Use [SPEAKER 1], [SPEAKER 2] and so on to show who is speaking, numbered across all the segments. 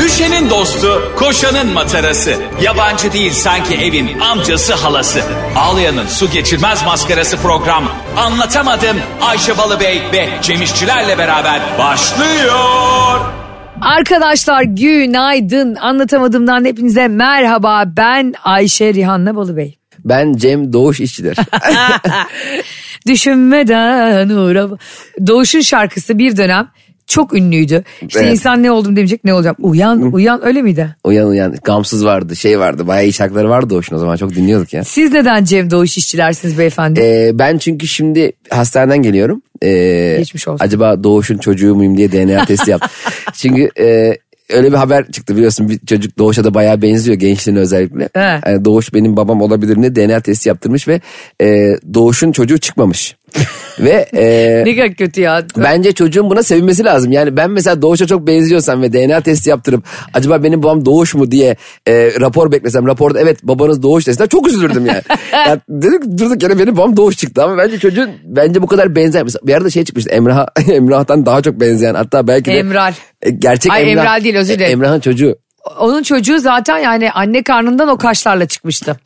[SPEAKER 1] Düşenin dostu, koşanın matarası. Yabancı değil sanki evin amcası halası. Ağlayanın su geçirmez maskarası program. Anlatamadım Ayşe Balıbey ve Cemişçilerle beraber başlıyor.
[SPEAKER 2] Arkadaşlar günaydın. Anlatamadığımdan hepinize merhaba. Ben Ayşe Rihanna Balıbey.
[SPEAKER 3] Ben Cem Doğuş İşçiler.
[SPEAKER 2] Düşünmeden uğra. Doğuş'un şarkısı bir dönem çok ünlüydü. İşte
[SPEAKER 3] Evet.
[SPEAKER 2] insan ne oldum demeyecek ne olacağım. Uyan uyan öyle miydi?
[SPEAKER 3] uyan uyan. Gamsız vardı şey vardı. Bayağı iyi şarkıları vardı Doğuş'un o zaman. Çok dinliyorduk ya.
[SPEAKER 2] Siz neden Cem Doğuş işçilersiniz beyefendi?
[SPEAKER 3] Ee, ben çünkü şimdi hastaneden geliyorum. Ee,
[SPEAKER 2] Geçmiş olsun.
[SPEAKER 3] Acaba Doğuş'un çocuğu muyum diye DNA testi yaptım. çünkü e, öyle bir haber çıktı biliyorsun. Bir çocuk Doğuş'a da bayağı benziyor gençliğine özellikle.
[SPEAKER 2] He.
[SPEAKER 3] Yani Doğuş benim babam olabilir mi diye DNA testi yaptırmış ve e, Doğuş'un çocuğu çıkmamış. ve e,
[SPEAKER 2] ne kadar kötü ya.
[SPEAKER 3] Bence çocuğun buna sevinmesi lazım. Yani ben mesela Doğuş'a çok benziyorsam ve DNA testi yaptırıp acaba benim babam Doğuş mu diye e, rapor beklesem raporda evet babanız Doğuş deseler çok üzülürdüm yani. ya dedik durduk yere benim babam Doğuş çıktı ama bence çocuğun bence bu kadar benzer. Mesela bir arada şey çıkmıştı Emrah Emrah'tan daha çok benzeyen hatta belki de
[SPEAKER 2] Emral.
[SPEAKER 3] E, gerçek
[SPEAKER 2] Ay,
[SPEAKER 3] Emrah.
[SPEAKER 2] Emral değil, özür dilerim.
[SPEAKER 3] E, Emrah'ın çocuğu.
[SPEAKER 2] Onun çocuğu zaten yani anne karnından o kaşlarla çıkmıştı.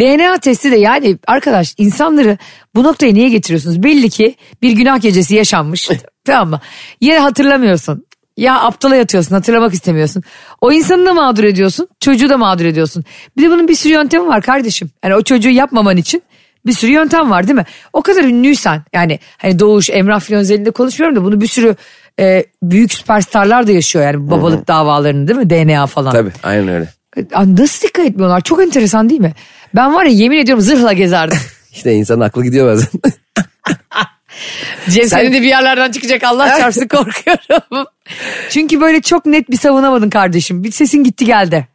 [SPEAKER 2] DNA testi de yani arkadaş insanları bu noktaya niye getiriyorsunuz? Belli ki bir günah gecesi yaşanmış. tamam mı? Ya hatırlamıyorsun. Ya aptala yatıyorsun hatırlamak istemiyorsun. O insanı da mağdur ediyorsun çocuğu da mağdur ediyorsun. Bir de bunun bir sürü yöntemi var kardeşim. Yani o çocuğu yapmaman için bir sürü yöntem var değil mi? O kadar ünlüysen yani hani Doğuş, Emrah filan özelinde konuşmuyorum da bunu bir sürü e, büyük süperstarlar da yaşıyor yani babalık davalarını değil mi? DNA falan.
[SPEAKER 3] Tabii aynen öyle.
[SPEAKER 2] Ay, Nasıl dikkat etmiyorlar? Çok enteresan değil mi? Ben var ya yemin ediyorum zırhla gezerdim.
[SPEAKER 3] İşte insan aklı gidiyor bazen.
[SPEAKER 2] Cem senin de bir yerlerden çıkacak Allah çarpsın korkuyorum. Çünkü böyle çok net bir savunamadın kardeşim. Bir sesin gitti geldi.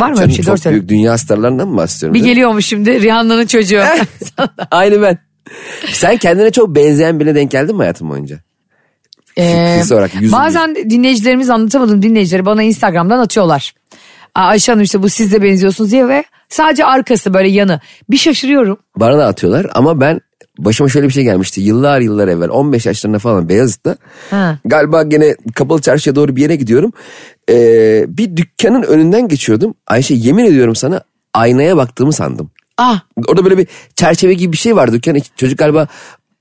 [SPEAKER 2] var mı öyle bir şey? Doğru
[SPEAKER 3] çok
[SPEAKER 2] söyle.
[SPEAKER 3] büyük dünya starlarından mı bahsediyorum?
[SPEAKER 2] Bir geliyormuş şimdi Rihanna'nın çocuğu.
[SPEAKER 3] Aynı ben. Sen kendine çok benzeyen birine denk geldin mi hayatın boyunca?
[SPEAKER 2] Ee,
[SPEAKER 3] Fiziksel olarak yüzün
[SPEAKER 2] bazen dinleyicilerimiz anlatamadım dinleyicileri bana Instagram'dan atıyorlar. Aa, Ayşe Hanım işte bu siz de benziyorsunuz diye ve sadece arkası böyle yanı. Bir şaşırıyorum.
[SPEAKER 3] Bana da atıyorlar ama ben başıma şöyle bir şey gelmişti. Yıllar yıllar evvel 15 yaşlarında falan Beyazıt'ta
[SPEAKER 2] Ha.
[SPEAKER 3] galiba gene kapalı çarşıya doğru bir yere gidiyorum. Ee, bir dükkanın önünden geçiyordum. Ayşe yemin ediyorum sana aynaya baktığımı sandım.
[SPEAKER 2] Ah
[SPEAKER 3] Orada böyle bir çerçeve gibi bir şey vardı dükkan. içi- Çocuk galiba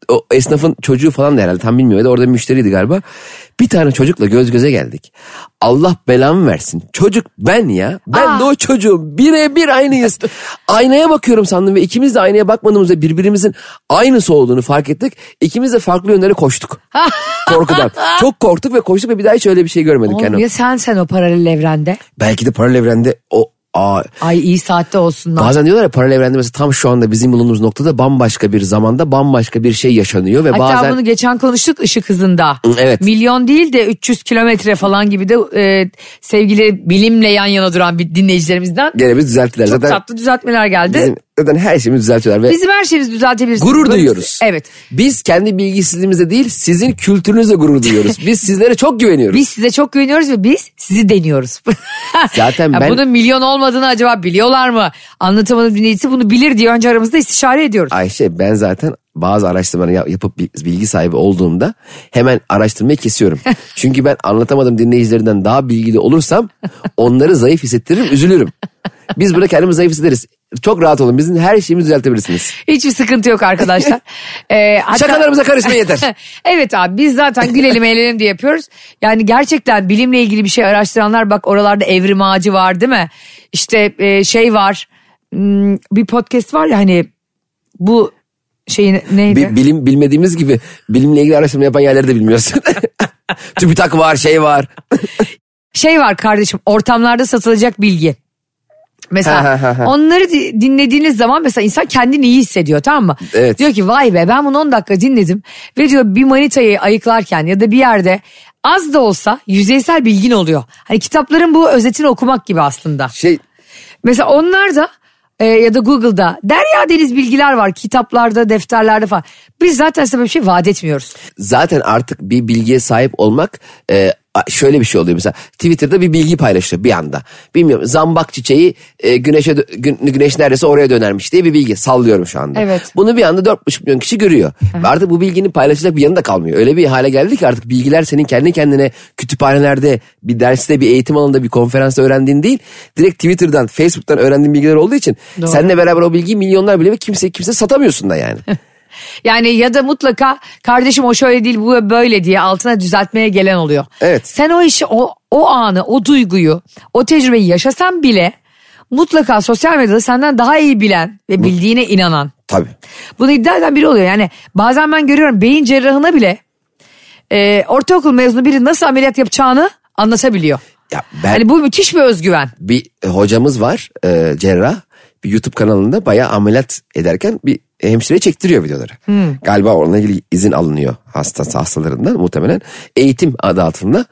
[SPEAKER 3] o esnafın çocuğu falan da herhalde tam bilmiyordu. Orada müşteriydi galiba. Bir tane çocukla göz göze geldik. Allah belamı versin. Çocuk ben ya. Ben
[SPEAKER 2] Aa.
[SPEAKER 3] de o çocuğum. Birebir aynıyız. aynaya bakıyorum sandım ve ikimiz de aynaya bakmadığımızda birbirimizin aynısı olduğunu fark ettik. İkimiz de farklı yönlere koştuk. Korkudan. Çok korktuk ve koştuk ve bir daha hiç öyle bir şey görmedik.
[SPEAKER 2] oğlum
[SPEAKER 3] yani.
[SPEAKER 2] ya sen sen o paralel evrende.
[SPEAKER 3] Belki de paralel evrende o... Aa,
[SPEAKER 2] Ay iyi saatte olsunlar.
[SPEAKER 3] Bazen diyorlar ya paralel evrende mesela tam şu anda bizim bulunduğumuz noktada bambaşka bir zamanda bambaşka bir şey yaşanıyor ve
[SPEAKER 2] Hatta
[SPEAKER 3] bazen
[SPEAKER 2] bunu geçen konuştuk ışık hızında.
[SPEAKER 3] Hı, evet.
[SPEAKER 2] Milyon değil de 300 kilometre falan gibi de e, sevgili bilimle yan yana duran bir dinleyicilerimizden
[SPEAKER 3] gene bir düzelttiler.
[SPEAKER 2] çok
[SPEAKER 3] zaten
[SPEAKER 2] tatlı düzeltmeler geldi.
[SPEAKER 3] bizim- zaten her şeyimizi düzeltiyorlar ve
[SPEAKER 2] Bizim her şeyimizi düzeltebilirsiniz.
[SPEAKER 3] gurur
[SPEAKER 2] Böyle-
[SPEAKER 3] duyuyoruz.
[SPEAKER 2] Evet.
[SPEAKER 3] Biz kendi bilgisizliğimizle değil sizin kültürünüzle gurur duyuyoruz. Biz sizlere çok güveniyoruz.
[SPEAKER 2] Biz size çok güveniyoruz ve biz sizi deniyoruz.
[SPEAKER 3] Zaten
[SPEAKER 2] Ya
[SPEAKER 3] ben-
[SPEAKER 2] Bunun milyon olmadığını acaba biliyorlar mı? Anlatamadım dinleyicisi bunu bilir diye önce aramızda istişare ediyoruz.
[SPEAKER 3] Ayşe ben zaten bazı araştırmaları yap- yapıp bi- bilgi sahibi olduğumda hemen araştırmayı kesiyorum. Çünkü ben anlatamadım dinleyicilerinden daha bilgili olursam onları zayıf hissettiririm, üzülürüm. Biz burada kendimizi zayıf hissederiz. Çok rahat olun. Bizim her şeyimizi düzeltebilirsiniz.
[SPEAKER 2] Hiçbir sıkıntı yok arkadaşlar. Ee, hatta-
[SPEAKER 3] Şakalarımıza karışmayın yeter.
[SPEAKER 2] evet abi biz zaten gülelim eğlenelim diye yapıyoruz. Yani gerçekten bilimle ilgili bir şey araştıranlar bak oralarda evrim ağacı var değil mi? İşte e, şey var hmm, bir podcast var ya hani bu şeyin neydi?
[SPEAKER 3] Bi- bilim bilmediğimiz gibi bilimle ilgili araştırma yapan yerleri de bilmiyorsun. TÜBİTAK var, şey var.
[SPEAKER 2] şey var kardeşim ortamlarda satılacak bilgi.
[SPEAKER 3] Ha, ha,
[SPEAKER 2] Mesela
[SPEAKER 3] ha, ha.
[SPEAKER 2] onları di- dinlediğiniz zaman mesela insan kendini iyi hissediyor tamam mı?
[SPEAKER 3] Evet.
[SPEAKER 2] Diyor ki vay be ben bunu 10 dakika dinledim ve diyor bir manitayı ayıklarken ya da bir yerde az da olsa yüzeysel bilgin oluyor. Hani kitapların bu özetini okumak gibi aslında.
[SPEAKER 3] Şey
[SPEAKER 2] Mesela onlar da e, ya da Google'da derya deniz bilgiler var kitaplarda defterlerde falan. Biz zaten size böyle bir şey vaat etmiyoruz.
[SPEAKER 3] zaten artık bir bilgiye sahip olmak e, a- şöyle bir şey oluyor mesela Twitter'da bir bilgi paylaşıyor bir anda. Bilmiyorum zambak çiçeği e, güneşe dö- gün- güneş neredeyse oraya dönermiş diye bir bilgi sallıyorum şu anda.
[SPEAKER 2] Evet.
[SPEAKER 3] Bunu bir anda 4,5 milyon kişi görüyor. Ve artık bu bilginin paylaşılacak bir yanı da kalmıyor. Öyle bir hale geldi ki artık bilgiler senin kendi kendine kütüphanelerde, bir derste, bir eğitim alanında, bir konferansta öğrendiğin değil. Direkt Twitter'dan, Facebook'tan öğrendiğin bilgiler olduğu için
[SPEAKER 2] Doğru.
[SPEAKER 3] seninle beraber o bilgiyi milyonlar bile ve kimse kimse satamıyorsun da yani.
[SPEAKER 2] Yani ya da mutlaka kardeşim o şöyle değil bu böyle diye altına düzeltmeye gelen oluyor.
[SPEAKER 3] Evet.
[SPEAKER 2] Sen o işi o, o anı o duyguyu o tecrübeyi yaşasan bile mutlaka sosyal medyada senden daha iyi bilen ve bildiğine inanan.
[SPEAKER 3] Tabii.
[SPEAKER 2] Bunu iddia eden biri oluyor yani bazen ben görüyorum beyin cerrahına bile e, ortaokul mezunu biri nasıl ameliyat yapacağını anlatabiliyor.
[SPEAKER 3] Ya ben...
[SPEAKER 2] Hani bu müthiş bir özgüven.
[SPEAKER 3] bir hocamız var e, cerrah bir YouTube kanalında bayağı ameliyat ederken bir hemşire çektiriyor videoları.
[SPEAKER 2] Hmm.
[SPEAKER 3] Galiba onunla ilgili izin alınıyor hastası hastalarından muhtemelen eğitim adı altında.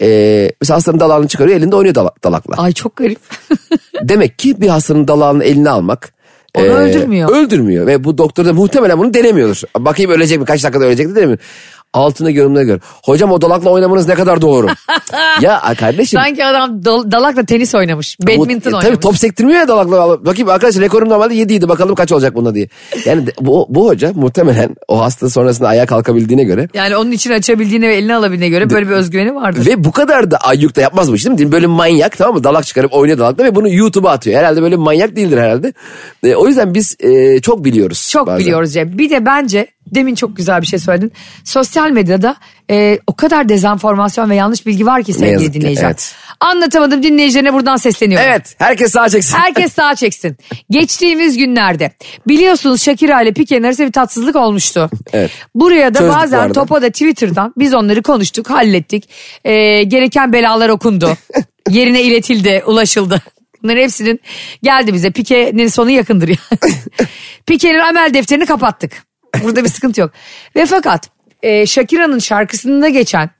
[SPEAKER 3] E, mesela hastanın dalağını çıkarıyor elinde oynuyor dala- dalakla.
[SPEAKER 2] Ay çok garip.
[SPEAKER 3] Demek ki bir hastanın dalağını eline almak. e,
[SPEAKER 2] Onu öldürmüyor.
[SPEAKER 3] Öldürmüyor ve bu doktor da muhtemelen bunu denemiyordur. Bakayım ölecek mi kaç dakikada ölecek de denemiyor. Altına yorumlara göre. Hocam o dalakla oynamanız ne kadar doğru. ya kardeşim.
[SPEAKER 2] Sanki adam dal- dalakla tenis oynamış.
[SPEAKER 3] Bu-
[SPEAKER 2] Badminton
[SPEAKER 3] e,
[SPEAKER 2] oynamış.
[SPEAKER 3] Tabii top sektirmiyor ya dalakla. alıp. Bakayım arkadaşlar rekorum normalde 7 idi bakalım kaç olacak bunda diye. Yani de- bu, bu hoca muhtemelen o hasta sonrasında ayağa kalkabildiğine göre.
[SPEAKER 2] Yani onun için açabildiğine ve eline alabildiğine göre böyle bir özgüveni vardı.
[SPEAKER 3] Ve bu kadar da ayyuk da yapmazmış değil mi? Böyle manyak tamam mı? Dalak çıkarıp oynuyor dalakla ve bunu YouTube'a atıyor. Herhalde böyle manyak değildir herhalde. E, o yüzden biz e, çok biliyoruz.
[SPEAKER 2] Çok
[SPEAKER 3] bazen.
[SPEAKER 2] biliyoruz Cem. Bir de bence demin çok güzel bir şey söyledin. Sosyal medyada e, o kadar dezenformasyon ve yanlış bilgi var ki
[SPEAKER 3] yazık
[SPEAKER 2] sevgili
[SPEAKER 3] ki,
[SPEAKER 2] dinleyiciler.
[SPEAKER 3] evet.
[SPEAKER 2] Anlatamadım dinleyicilerine buradan sesleniyorum.
[SPEAKER 3] Evet herkes sağa çeksin.
[SPEAKER 2] Herkes sağ çeksin. Geçtiğimiz günlerde biliyorsunuz Shakira ile Pique'nin arasında bir tatsızlık olmuştu.
[SPEAKER 3] Evet.
[SPEAKER 2] Buraya da
[SPEAKER 3] Çözdük bu
[SPEAKER 2] bazen
[SPEAKER 3] arada.
[SPEAKER 2] topa da Twitter'dan biz onları konuştuk, hallettik. Ee, gereken belalar okundu. Yerine iletildi, ulaşıldı. Bunların hepsinin geldi bize. Pique'nin sonu yakındır yani. Pique'nin amel defterini kapattık. Burada bir sıkıntı yok. Ve fakat e, Shakira'nın şarkısında geçen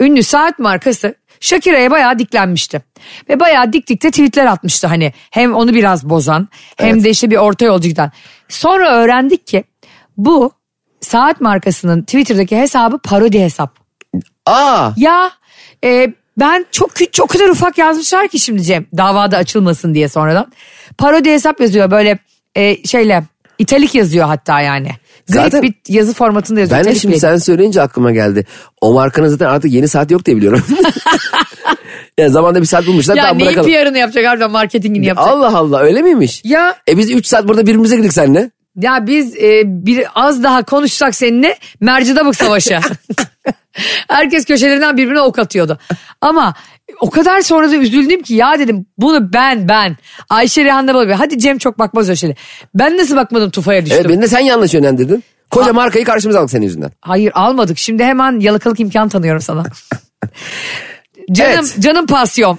[SPEAKER 2] ünlü saat markası Shakira'ya bayağı diklenmişti. Ve bayağı dik dikte tweetler atmıştı hani. Hem onu biraz bozan hem de işte bir orta yolcu giden. Sonra öğrendik ki bu saat markasının Twitter'daki hesabı parodi hesap.
[SPEAKER 3] Aa
[SPEAKER 2] Ya e, ben çok kü- çok kadar ufak yazmışlar ki şimdi Cem davada açılmasın diye sonradan. Parodi hesap yazıyor böyle e, şeyle italik yazıyor hatta yani. Garip
[SPEAKER 3] Zaten-
[SPEAKER 2] bir yazı formatında yazıyor.
[SPEAKER 3] ben de
[SPEAKER 2] italik
[SPEAKER 3] şimdi
[SPEAKER 2] bir-
[SPEAKER 3] sen söyleyince aklıma geldi. O markanın zaten artık yeni saat yok diye biliyorum. ya zamanda bir saat bulmuşlar.
[SPEAKER 2] ya
[SPEAKER 3] tamam
[SPEAKER 2] neyin
[SPEAKER 3] bırakalım.
[SPEAKER 2] PR'ını yapacak harbiden marketingini yapacak.
[SPEAKER 3] Allah Allah öyle miymiş?
[SPEAKER 2] Ya
[SPEAKER 3] E biz 3 saat burada birbirimize girdik seninle.
[SPEAKER 2] ya biz e, bir az daha konuşsak seninle Mercidabık Savaşı. Herkes köşelerinden birbirine ok atıyordu. Ama o kadar sonra da üzüldüm ki ya dedim bunu ben ben Ayşe Rehan'da bakıyor. Hadi Cem çok bakmaz öyle şeylere. Ben nasıl bakmadım Tufa'ya düştüm.
[SPEAKER 3] Evet beni de sen yanlış yönlendirdin. Koca markayı karşımıza aldık senin yüzünden.
[SPEAKER 2] Hayır almadık şimdi hemen yalakalık imkan tanıyorum sana. canım
[SPEAKER 3] Evet.
[SPEAKER 2] canım pasyon.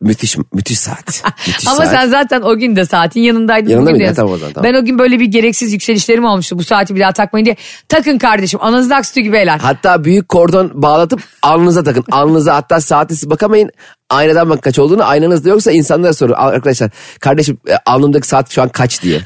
[SPEAKER 3] Müthiş müthiş saat. Müthiş
[SPEAKER 2] Ama
[SPEAKER 3] saat.
[SPEAKER 2] sen zaten o gün de saatin yanındaydın.
[SPEAKER 3] Yanında
[SPEAKER 2] bugün
[SPEAKER 3] mıydı?
[SPEAKER 2] de
[SPEAKER 3] Ha,
[SPEAKER 2] yanındasın.
[SPEAKER 3] tamam o zaman, tamam.
[SPEAKER 2] Ben o gün böyle bir gereksiz yükselişlerim olmuştu. Bu saati bir daha takmayın diye. Takın kardeşim ananızda aksitü gibi helal.
[SPEAKER 3] Hatta büyük kordon bağlatıp alnınıza takın. Alnınıza hatta saati siz bakamayın. Aynadan bakın kaç olduğunu. Aynanızda yoksa insanlara sorun. Al- Arkadaşlar kardeşim e, alnımdaki saat şu an kaç diye.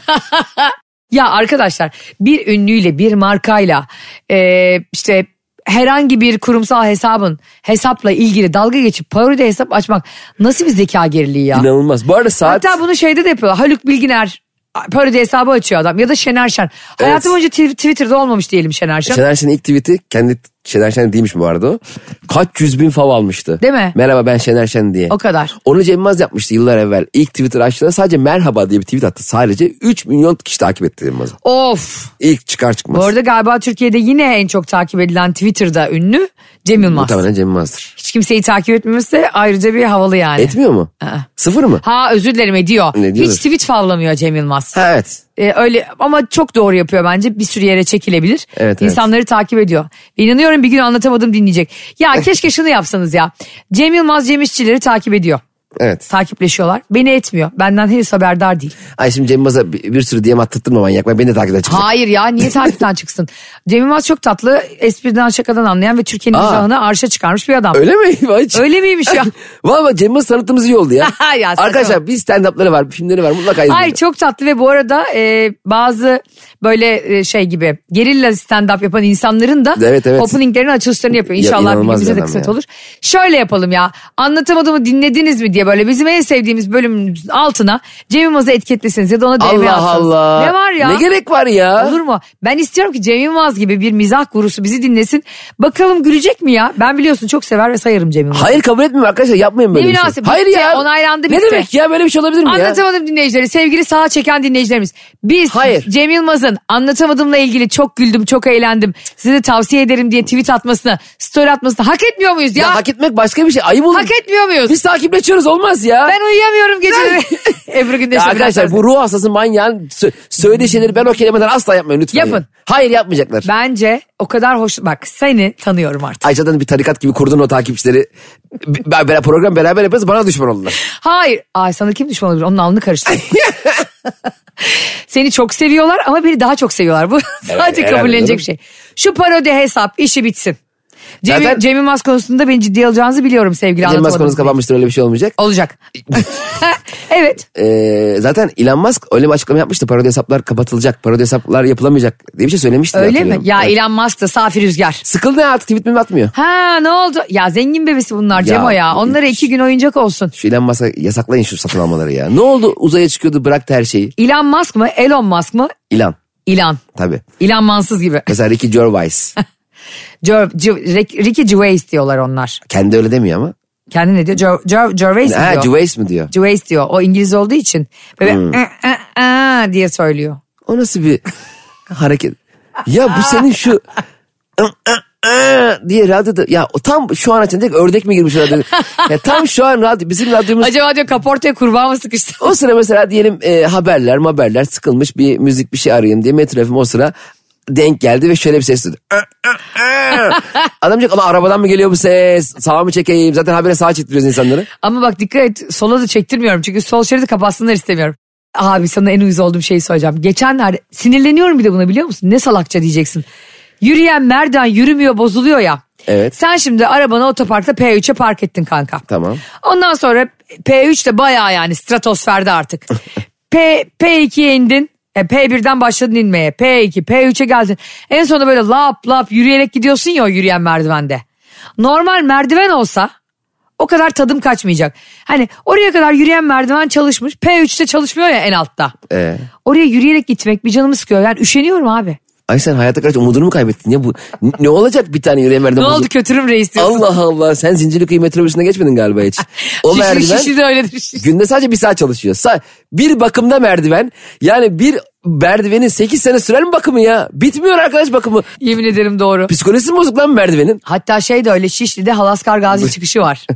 [SPEAKER 2] Ya arkadaşlar bir ünlüyle bir markayla e, işte herhangi bir kurumsal hesabın hesapla ilgili dalga geçip parodi hesap açmak nasıl bir zeka geriliği ya.
[SPEAKER 3] İnanılmaz. Bu arada saat...
[SPEAKER 2] Hatta bunu şeyde de yapıyorlar. Haluk Bilginer parodi hesabı açıyor adam ya da Şener Şen. Hayatım boyunca tw- Twitter'da olmamış diyelim Şener Şen.
[SPEAKER 3] Şener Şen'in ilk tweet'i kendi Şener Şen değilmiş bu arada o. Kaç yüz bin fav almıştı.
[SPEAKER 2] Değil mi?
[SPEAKER 3] Merhaba ben Şener Şen diye.
[SPEAKER 2] O kadar.
[SPEAKER 3] Onu Cem Yılmaz yapmıştı yıllar evvel. İlk Twitter açtığında sadece merhaba diye bir tweet attı. Sadece 3 milyon kişi takip etti Cem Yılmaz'ı.
[SPEAKER 2] Of.
[SPEAKER 3] İlk çıkar çıkmaz.
[SPEAKER 2] Bu arada galiba Türkiye'de yine en çok takip edilen Twitter'da ünlü Cem Yılmaz.
[SPEAKER 3] Muhtemelen Cem Yılmaz'dır.
[SPEAKER 2] Hiç kimseyi takip etmemesi de ayrıca bir havalı yani.
[SPEAKER 3] Etmiyor mu? Sıfır mı?
[SPEAKER 2] Ha özür dilerim ediyor.
[SPEAKER 3] Ne diyordur?
[SPEAKER 2] Hiç tweet favlamıyor Cem Yılmaz.
[SPEAKER 3] Ha, evet.
[SPEAKER 2] Ee, öyle ama çok doğru yapıyor bence. Bir sürü yere çekilebilir.
[SPEAKER 3] Evet, evet.
[SPEAKER 2] İnsanları takip ediyor. Ve İnanıyorum bir gün anlatamadım dinleyecek. Ya keşke şunu yapsanız ya. Cem Yılmaz Cem İşçileri takip ediyor.
[SPEAKER 3] Evet.
[SPEAKER 2] Takipleşiyorlar. Beni etmiyor. Benden henüz haberdar değil.
[SPEAKER 3] Ay şimdi Cem Yılmaz'a bir, bir sürü DM attırtma manyak. Ben beni de takip edecek.
[SPEAKER 2] Hayır ya niye takipten çıksın? Cem Yılmaz çok tatlı, espriden şakadan anlayan ve Türkiye'nin
[SPEAKER 3] Aa.
[SPEAKER 2] mizahını arşa çıkarmış bir adam. Öyle,
[SPEAKER 3] Öyle mi? Vay hiç.
[SPEAKER 2] miymiş ya?
[SPEAKER 3] Valla Cem Yılmaz tanıtımız iyi oldu ya.
[SPEAKER 2] Ya saçma.
[SPEAKER 3] Arkadaşlar bir stand-up'ları var, filmleri var. Mutlaka izleyin.
[SPEAKER 2] Hayır çok tatlı ve bu arada e, bazı böyle e, şey gibi gerilla stand-up yapan insanların da
[SPEAKER 3] Evet, evet.
[SPEAKER 2] openinglerin açılışlarını yapıyor.
[SPEAKER 3] Ya,
[SPEAKER 2] İnşallah bir gün
[SPEAKER 3] inanılmaz
[SPEAKER 2] bize
[SPEAKER 3] bir
[SPEAKER 2] de
[SPEAKER 3] adam
[SPEAKER 2] kısmet
[SPEAKER 3] ya.
[SPEAKER 2] olur. Şöyle yapalım ya anlatamadığımı dinlediniz mi diye böyle bizim en sevdiğimiz bölümün altına Cem Yılmaz'ı etiketlesiniz ya da ona DM
[SPEAKER 3] Allah
[SPEAKER 2] atsanız.
[SPEAKER 3] Allah.
[SPEAKER 2] Ne var ya?
[SPEAKER 3] Ne gerek var ya?
[SPEAKER 2] Olur mu? Ben istiyorum ki Cem Yılmaz gibi bir mizah gurusu bizi dinlesin. Bakalım gülecek mi ya? Ben biliyorsun çok sever ve sayarım Cem Yılmaz'ı.
[SPEAKER 3] Hayır kabul etmiyorum arkadaşlar yapmayın böyle
[SPEAKER 2] Ne
[SPEAKER 3] bir şey.
[SPEAKER 2] münasebet,
[SPEAKER 3] Hayır
[SPEAKER 2] bitti,
[SPEAKER 3] ya.
[SPEAKER 2] onaylandı,
[SPEAKER 3] Ne
[SPEAKER 2] bitti.
[SPEAKER 3] demek ya böyle bir şey olabilir mi ya?
[SPEAKER 2] Anlatamadım dinleyicileri. Sevgili sağa çeken dinleyicilerimiz. Biz
[SPEAKER 3] Hayır.
[SPEAKER 2] Cem Yılmaz'ın anlatamadığımla ilgili çok güldüm, çok eğlendim. Size de tavsiye ederim diye tweet atmasını, story atmasını hak etmiyor muyuz ya?
[SPEAKER 3] Ya
[SPEAKER 2] hak,
[SPEAKER 3] hak etmek başka bir şey. Ayıp olur.
[SPEAKER 2] etmiyor muyuz?
[SPEAKER 3] Biz takipleşiyoruz olmaz ya.
[SPEAKER 2] Ben uyuyamıyorum geceleri. Ebru Gündeş'le
[SPEAKER 3] Ya
[SPEAKER 2] biraz
[SPEAKER 3] arkadaşlar
[SPEAKER 2] sonra-
[SPEAKER 3] bu ruh hastası manyağın sö- söylediği şeyleri ben o kelimeden asla yapmayın lütfen.
[SPEAKER 2] Yapın.
[SPEAKER 3] ya. Hayır yapmayacaklar.
[SPEAKER 2] Bence o kadar hoş... Bak seni tanıyorum artık.
[SPEAKER 3] Ayşe'den bir tarikat gibi kurdun o takipçileri. Be- be- program beraber yaparız bana düşman oldular.
[SPEAKER 2] Hayır. Ay sana kim düşman olabilir? Onun alnını karıştır. Seni çok seviyorlar ama beni daha çok seviyorlar. Bu sadece
[SPEAKER 3] herhalde
[SPEAKER 2] kabullenecek
[SPEAKER 3] canım.
[SPEAKER 2] bir şey. Şu parodi hesap işi bitsin. Cem,
[SPEAKER 3] Zaten-
[SPEAKER 2] Cem Yılmaz konusunda beni ciddiye alacağınızı biliyorum sevgili
[SPEAKER 3] Elon Musk
[SPEAKER 2] anlatamadım.
[SPEAKER 3] konusu kapanmıştır öyle bir şey olmayacak.
[SPEAKER 2] Olacak. evet.
[SPEAKER 3] Ee, zaten Elon Musk öyle bir açıklama yapmıştı. Parodi hesaplar kapatılacak, parodi hesaplar yapılamayacak diye bir şey söylemişti. diye
[SPEAKER 2] Öyle mi?
[SPEAKER 3] hatırlıyorum.
[SPEAKER 2] Ya
[SPEAKER 3] Evet.
[SPEAKER 2] Elon Musk da safi rüzgar.
[SPEAKER 3] Sıkıldı ya artık tweet mi atmıyor.
[SPEAKER 2] Ha ne oldu? Ya zengin bebesi bunlar Cemo ya. Onlara iki gün oyuncak olsun.
[SPEAKER 3] Şu Elon Musk'a yasaklayın şu satın almaları ya. Ne oldu uzaya çıkıyordu bıraktı her şeyi.
[SPEAKER 2] Elon Musk mı? Elon Musk mı?
[SPEAKER 3] Elon
[SPEAKER 2] Elon.
[SPEAKER 3] tabii.
[SPEAKER 2] Elon Mansız gibi.
[SPEAKER 3] Mesela Ricky Gervais.
[SPEAKER 2] Jer- Jer- Ricky Gervais diyorlar onlar.
[SPEAKER 3] Kendi öyle demiyor ama.
[SPEAKER 2] Kendi ne diyor? Ger- Ger- Gervais mi
[SPEAKER 3] Ha
[SPEAKER 2] diyor?
[SPEAKER 3] Gervais Hmm. mi diyor.
[SPEAKER 2] Gervais diyor. O İngiliz olduğu için böyle "Ah, ah, ah" diye söylüyor.
[SPEAKER 3] O nasıl bir hareket? Ya bu senin şu diye radyoda ya o tam şu an açan direkt ördek mi girmiş radyoda? Ya tam şu an radyo bizim radyomuz
[SPEAKER 2] Acaba diyor kaportaya kurbağa mı sıkıştı?
[SPEAKER 3] o sıra mesela diyelim e, haberler haberler sıkılmış bir müzik bir şey arayayım diye Metro FM o sıra denk geldi ve şöyle bir ses duydu. Adam diyecek ama arabadan mı geliyor bu ses? Sağa mı çekeyim? Zaten habere sağa çektiriyoruz insanları.
[SPEAKER 2] Ama bak dikkat et sola da çektirmiyorum çünkü sol şeridi kapatsınlar istemiyorum. Abi sana en uyuz olduğum şeyi söyleyeceğim. Geçenlerde sinirleniyorum bir de buna biliyor musun? Ne salakça diyeceksin. Yürüyen merdiven yürümüyor bozuluyor ya.
[SPEAKER 3] Evet.
[SPEAKER 2] Sen şimdi arabanı otoparkta P3'e park ettin kanka.
[SPEAKER 3] Tamam.
[SPEAKER 2] Ondan sonra P3 de bayağı yani stratosferde artık. P, P2'ye indin. E, P1'den başladın inmeye. P2, P3'e geldin. En sonunda böyle lap lap yürüyerek gidiyorsun ya o yürüyen merdivende. Normal merdiven olsa o kadar tadım kaçmayacak. Hani oraya kadar yürüyen merdiven çalışmış. P3'te çalışmıyor ya en altta.
[SPEAKER 3] Ee?
[SPEAKER 2] Oraya yürüyerek gitmek bir canımı sıkıyor. Yani üşeniyorum abi.
[SPEAKER 3] Ay sen hayata karşı umudunu mu kaybettin? Ya bu ne olacak bir tane yüreğe verdim?
[SPEAKER 2] Ne oldu kötürüm reis diyorsun.
[SPEAKER 3] Allah Allah sen Zincirlikuyu metrobüsüne geçmedin galiba hiç. O
[SPEAKER 2] Şişli-
[SPEAKER 3] merdiven
[SPEAKER 2] şişli de öyledir. şişli.
[SPEAKER 3] günde sadece bir saat çalışıyor. Sa- bir bakımda merdiven yani bir merdivenin 8 sene sürer mi bakımı ya? Bitmiyor arkadaş bakımı.
[SPEAKER 2] Yemin ederim doğru.
[SPEAKER 3] Psikolojisi mi bozuk lan bu merdivenin?
[SPEAKER 2] Hatta şey de öyle Şişli'de Halaskar Gazi çıkışı var.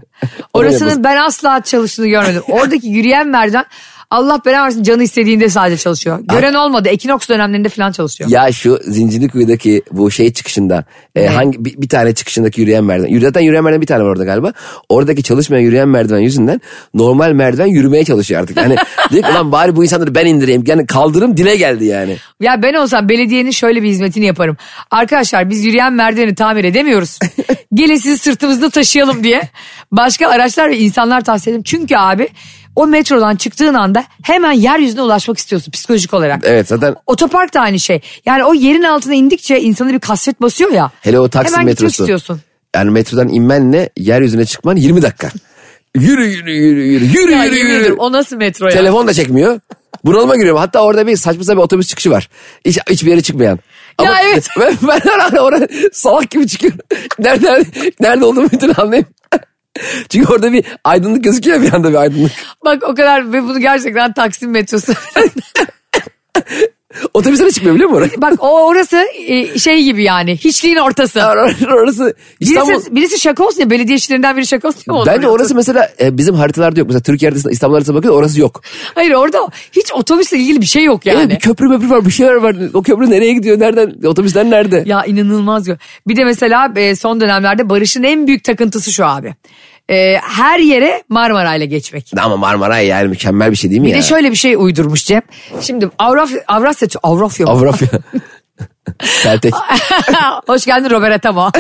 [SPEAKER 2] Orasının ben asla çalıştığını görmedim. Oradaki yürüyen merdiven Allah belanı versin canı istediğinde sadece çalışıyor. Gören olmadı. Ekinoks dönemlerinde falan çalışıyor.
[SPEAKER 3] Ya şu Zincirlikuyu'daki bu şey çıkışında e, hangi bir, bir tane çıkışındaki yürüyen merdiven. Yürü- Zaten yürüyen merdiven bir tane var orada galiba. Oradaki çalışmayan yürüyen merdiven yüzünden normal merdiven yürümeye çalışıyor artık. Hani diyor ki "Ulan bari bu insanları ben indireyim. Yani kaldırım dile geldi yani.
[SPEAKER 2] Ya ben olsam belediyenin şöyle bir hizmetini yaparım. Arkadaşlar biz yürüyen merdiveni tamir edemiyoruz. Gelin sizi sırtımızda taşıyalım diye. Başka araçlar ve insanlar tavsiye ederim. Çünkü abi o metrodan çıktığın anda hemen yeryüzüne ulaşmak istiyorsun psikolojik olarak.
[SPEAKER 3] Evet zaten
[SPEAKER 2] Otopark da aynı şey. Yani o yerin altına indikçe insana bir kasvet basıyor ya.
[SPEAKER 3] Hele o Taksim
[SPEAKER 2] Hemen gitmek
[SPEAKER 3] metrosu.
[SPEAKER 2] istiyorsun.
[SPEAKER 3] Yani metrodan inmenle yeryüzüne çıkman 20 dakika. Yürü yürü yürü yürü yürü
[SPEAKER 2] Ya
[SPEAKER 3] yürü
[SPEAKER 2] yemin
[SPEAKER 3] yürü.
[SPEAKER 2] ederim, O nasıl metro ya?
[SPEAKER 3] Telefon da çekmiyor. Bunalıma giriyorum. Hatta orada bir saçma sapan bir otobüs çıkışı var. Hiç, hiçbir yere çıkmayan.
[SPEAKER 2] Ya evet.
[SPEAKER 3] Ben, ben her an oraya salak gibi çıkıyorum. Nerede, nerede olduğumu bütün anlayayım. Çünkü orada bir aydınlık gözüküyor bir anda bir aydınlık.
[SPEAKER 2] Bak o kadar ve bunu gerçekten Taksim metrosu.
[SPEAKER 3] Otobüse de çıkmıyor biliyor musun
[SPEAKER 2] Bak o orası e, şey gibi yani hiçliğin ortası.
[SPEAKER 3] oraya? Or- Orası İstanbul.
[SPEAKER 2] Birisi, birisi şaka olsun ya belediye işlerinden biri şaka olsun ya.
[SPEAKER 3] Bence
[SPEAKER 2] oturuyor.
[SPEAKER 3] orası mesela e, bizim haritalarda yok. Mesela Türkiye haritasında İstanbul haritasına bakıyor orası yok.
[SPEAKER 2] Hayır orada hiç otobüsle ilgili bir şey yok yani.
[SPEAKER 3] Evet, bir köprü möprü var bir şeyler var. O köprü nereye gidiyor? Nereden? Otobüsler nerede?
[SPEAKER 2] Ya inanılmaz. gör- Bir de mesela e, son dönemlerde Barış'ın en büyük takıntısı şu abi. E, her yere Marmara'yla geçmek.
[SPEAKER 3] Ama Marmaray yani mükemmel bir şey değil mi
[SPEAKER 2] Bir
[SPEAKER 3] ya?
[SPEAKER 2] de şöyle bir şey uydurmuş Cem. Şimdi Avraf, Avrasya, Avrafya.
[SPEAKER 3] Avrafya. Peltek.
[SPEAKER 2] Hoş geldin Robert Atamo.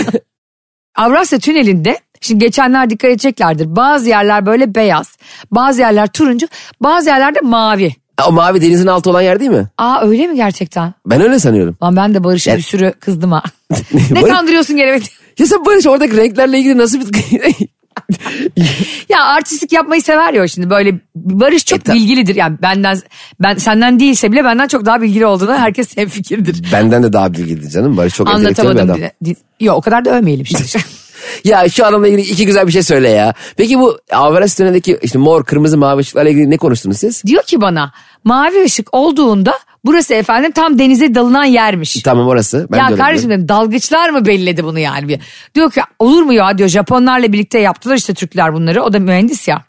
[SPEAKER 2] Avrasya Tüneli'nde Şimdi geçenler dikkat edeceklerdir. Bazı yerler böyle beyaz, bazı yerler turuncu, bazı yerlerde mavi.
[SPEAKER 3] O mavi denizin altı olan yer değil mi?
[SPEAKER 2] Aa öyle mi gerçekten?
[SPEAKER 3] Ben öyle sanıyorum.
[SPEAKER 2] Lan ben de Barış'a bir sürü kızdım ha. ne
[SPEAKER 3] Barış-
[SPEAKER 2] kandırıyorsun gene beni?
[SPEAKER 3] Ya sen Barış oradaki renklerle ilgili nasıl bir...
[SPEAKER 2] Ya artistlik yapmayı sever ya o şimdi böyle Barış çok
[SPEAKER 3] tabii.
[SPEAKER 2] bilgilidir. Yani benden ben senden değilse bile benden çok daha bilgili olduğuna herkes hem fikirdir.
[SPEAKER 3] Benden de daha bilgili canım. Barış çok entelektüel bir
[SPEAKER 2] Anlatamadım.
[SPEAKER 3] adam.
[SPEAKER 2] bile. Di- Yok o kadar da övmeyelim şimdi.
[SPEAKER 3] Ya şu adamla ilgili iki güzel bir şey söyle ya. Peki bu Alvarez Tünel'deki işte mor, kırmızı, mavi ışıklarla ilgili ne konuştunuz siz?
[SPEAKER 2] Diyor ki bana mavi ışık olduğunda burası efendim tam denize dalınan yermiş.
[SPEAKER 3] Tamam orası. Ben de
[SPEAKER 2] ya
[SPEAKER 3] öyle
[SPEAKER 2] kardeşim
[SPEAKER 3] biliyorum.
[SPEAKER 2] dedim dalgıçlar mı belledi bunu yani? Bir- Diyor ki olur mu ya diyor Japonlarla birlikte yaptılar işte Türkler bunları. O da mühendis ya.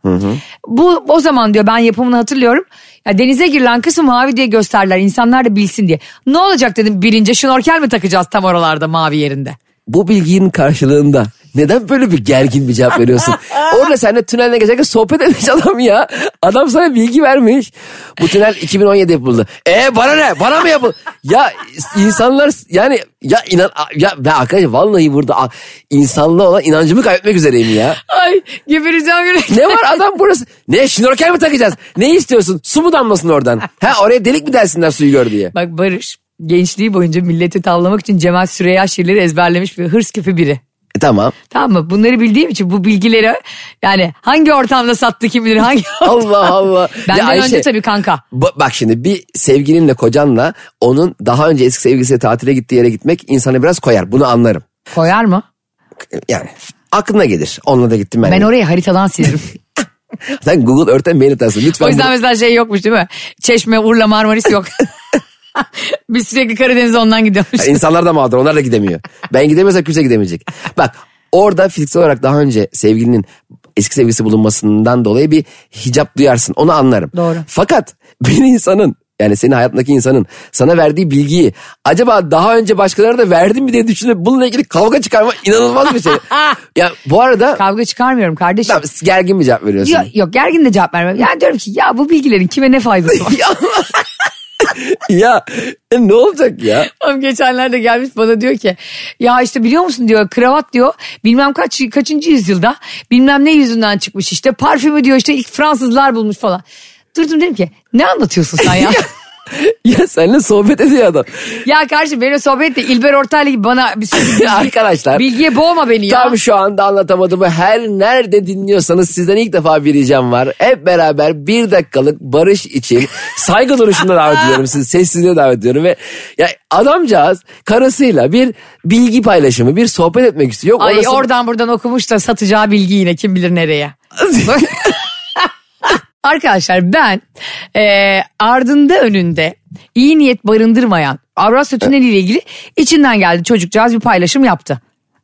[SPEAKER 2] Bu o zaman diyor ben yapımını hatırlıyorum. Ya denize girilen kısmı mavi diye gösterler insanlar da bilsin diye. Ne olacak dedim bilince şnorkel mi takacağız tam oralarda mavi yerinde?
[SPEAKER 3] Bu bilginin karşılığında neden böyle bir gergin bir cevap veriyorsun? Orada seninle tünelde geçerken sohbet etmiş adam ya. Adam sana bilgi vermiş. Bu tünel 2017 yapıldı. E bana ne? Bana mı yapıldı? ya insanlar yani ya inan ya ben arkadaşlar vallahi burada a- insanlığa olan inancımı kaybetmek üzereyim ya.
[SPEAKER 2] Ay gebereceğim
[SPEAKER 3] Ne var adam burası? Ne şnorkel mi takacağız? Ne istiyorsun? Su mu damlasın oradan? Ha oraya delik mi dersinler suyu gör diye.
[SPEAKER 2] Bak Barış gençliği boyunca milleti tavlamak için Cemal Süreya şiirleri ezberlemiş bir hırs küpü biri.
[SPEAKER 3] E, tamam.
[SPEAKER 2] Tamam mı? Bunları bildiğim için bu bilgileri yani hangi ortamda sattı kim bilir hangi
[SPEAKER 3] Allah Allah.
[SPEAKER 2] Benden
[SPEAKER 3] Ya Ayşe,
[SPEAKER 2] önce tabii kanka.
[SPEAKER 3] ba- bak şimdi bir sevgilinle kocanla onun daha önce eski sevgilisiyle tatile gittiği yere gitmek insanı biraz koyar. Bunu anlarım.
[SPEAKER 2] Koyar mı?
[SPEAKER 3] Yani aklına gelir. Onunla da gittim ben.
[SPEAKER 2] Ben orayı haritadan silerim.
[SPEAKER 3] Sen Google Earth'ten beni tanısın. Lütfen.
[SPEAKER 2] o yüzden
[SPEAKER 3] bunu-
[SPEAKER 2] mesela şey yokmuş değil mi? Çeşme, Urla, Marmaris yok. Biz sürekli Karadeniz'e ondan gidiyormuş.
[SPEAKER 3] İnsanlar da mağdur onlar da gidemiyor. Ben gidemiyorsam kimse gidemeyecek. Bak orada fiziksel olarak daha önce sevgilinin eski sevgilisi bulunmasından dolayı bir hicap duyarsın. Onu anlarım.
[SPEAKER 2] Doğru.
[SPEAKER 3] Fakat bir insanın yani senin hayatındaki insanın sana verdiği bilgiyi acaba daha önce başkalarına da verdim mi diye düşünüp bununla ilgili kavga çıkarma inanılmaz bir şey. ya bu arada
[SPEAKER 2] Kavga çıkarmıyorum kardeşim.
[SPEAKER 3] tamam, gergin bir cevap veriyorsun.
[SPEAKER 2] Yok, yok gergin de cevap vermem. Yani diyorum ki ya bu bilgilerin kime ne faydası var?
[SPEAKER 3] ya, ya e, ne olacak ya?
[SPEAKER 2] Tam geçenlerde gelmiş bana diyor ki ya işte biliyor musun diyor kravat diyor bilmem kaç kaçıncı yüzyılda bilmem ne yüzünden çıkmış işte parfümü diyor işte ilk Fransızlar bulmuş falan. Durdum dedim ki ne anlatıyorsun sen ya?
[SPEAKER 3] Ya seninle sohbet ediyor adam.
[SPEAKER 2] ya kardeşim benimle sohbet de İlber Ortaylı gibi bana bir sürü
[SPEAKER 3] Arkadaşlar.
[SPEAKER 2] bilgiye boğma beni ya.
[SPEAKER 3] Tam şu anda anlatamadığımı her nerede dinliyorsanız sizden ilk defa bir ricam var. Hep beraber bir dakikalık barış için saygı duruşuna davet ediyorum sizi. Sessizliğe davet ediyorum ve ya adamcağız karısıyla bir bilgi paylaşımı, bir sohbet etmek istiyor. Yok,
[SPEAKER 2] Ay
[SPEAKER 3] orası-
[SPEAKER 2] oradan buradan okumuş da satacağı bilgi yine kim bilir nereye. Arkadaşlar ben e, ardında önünde iyi niyet barındırmayan Avrasya Tüneli ile ilgili içinden geldi çocukcağız bir paylaşım yaptı.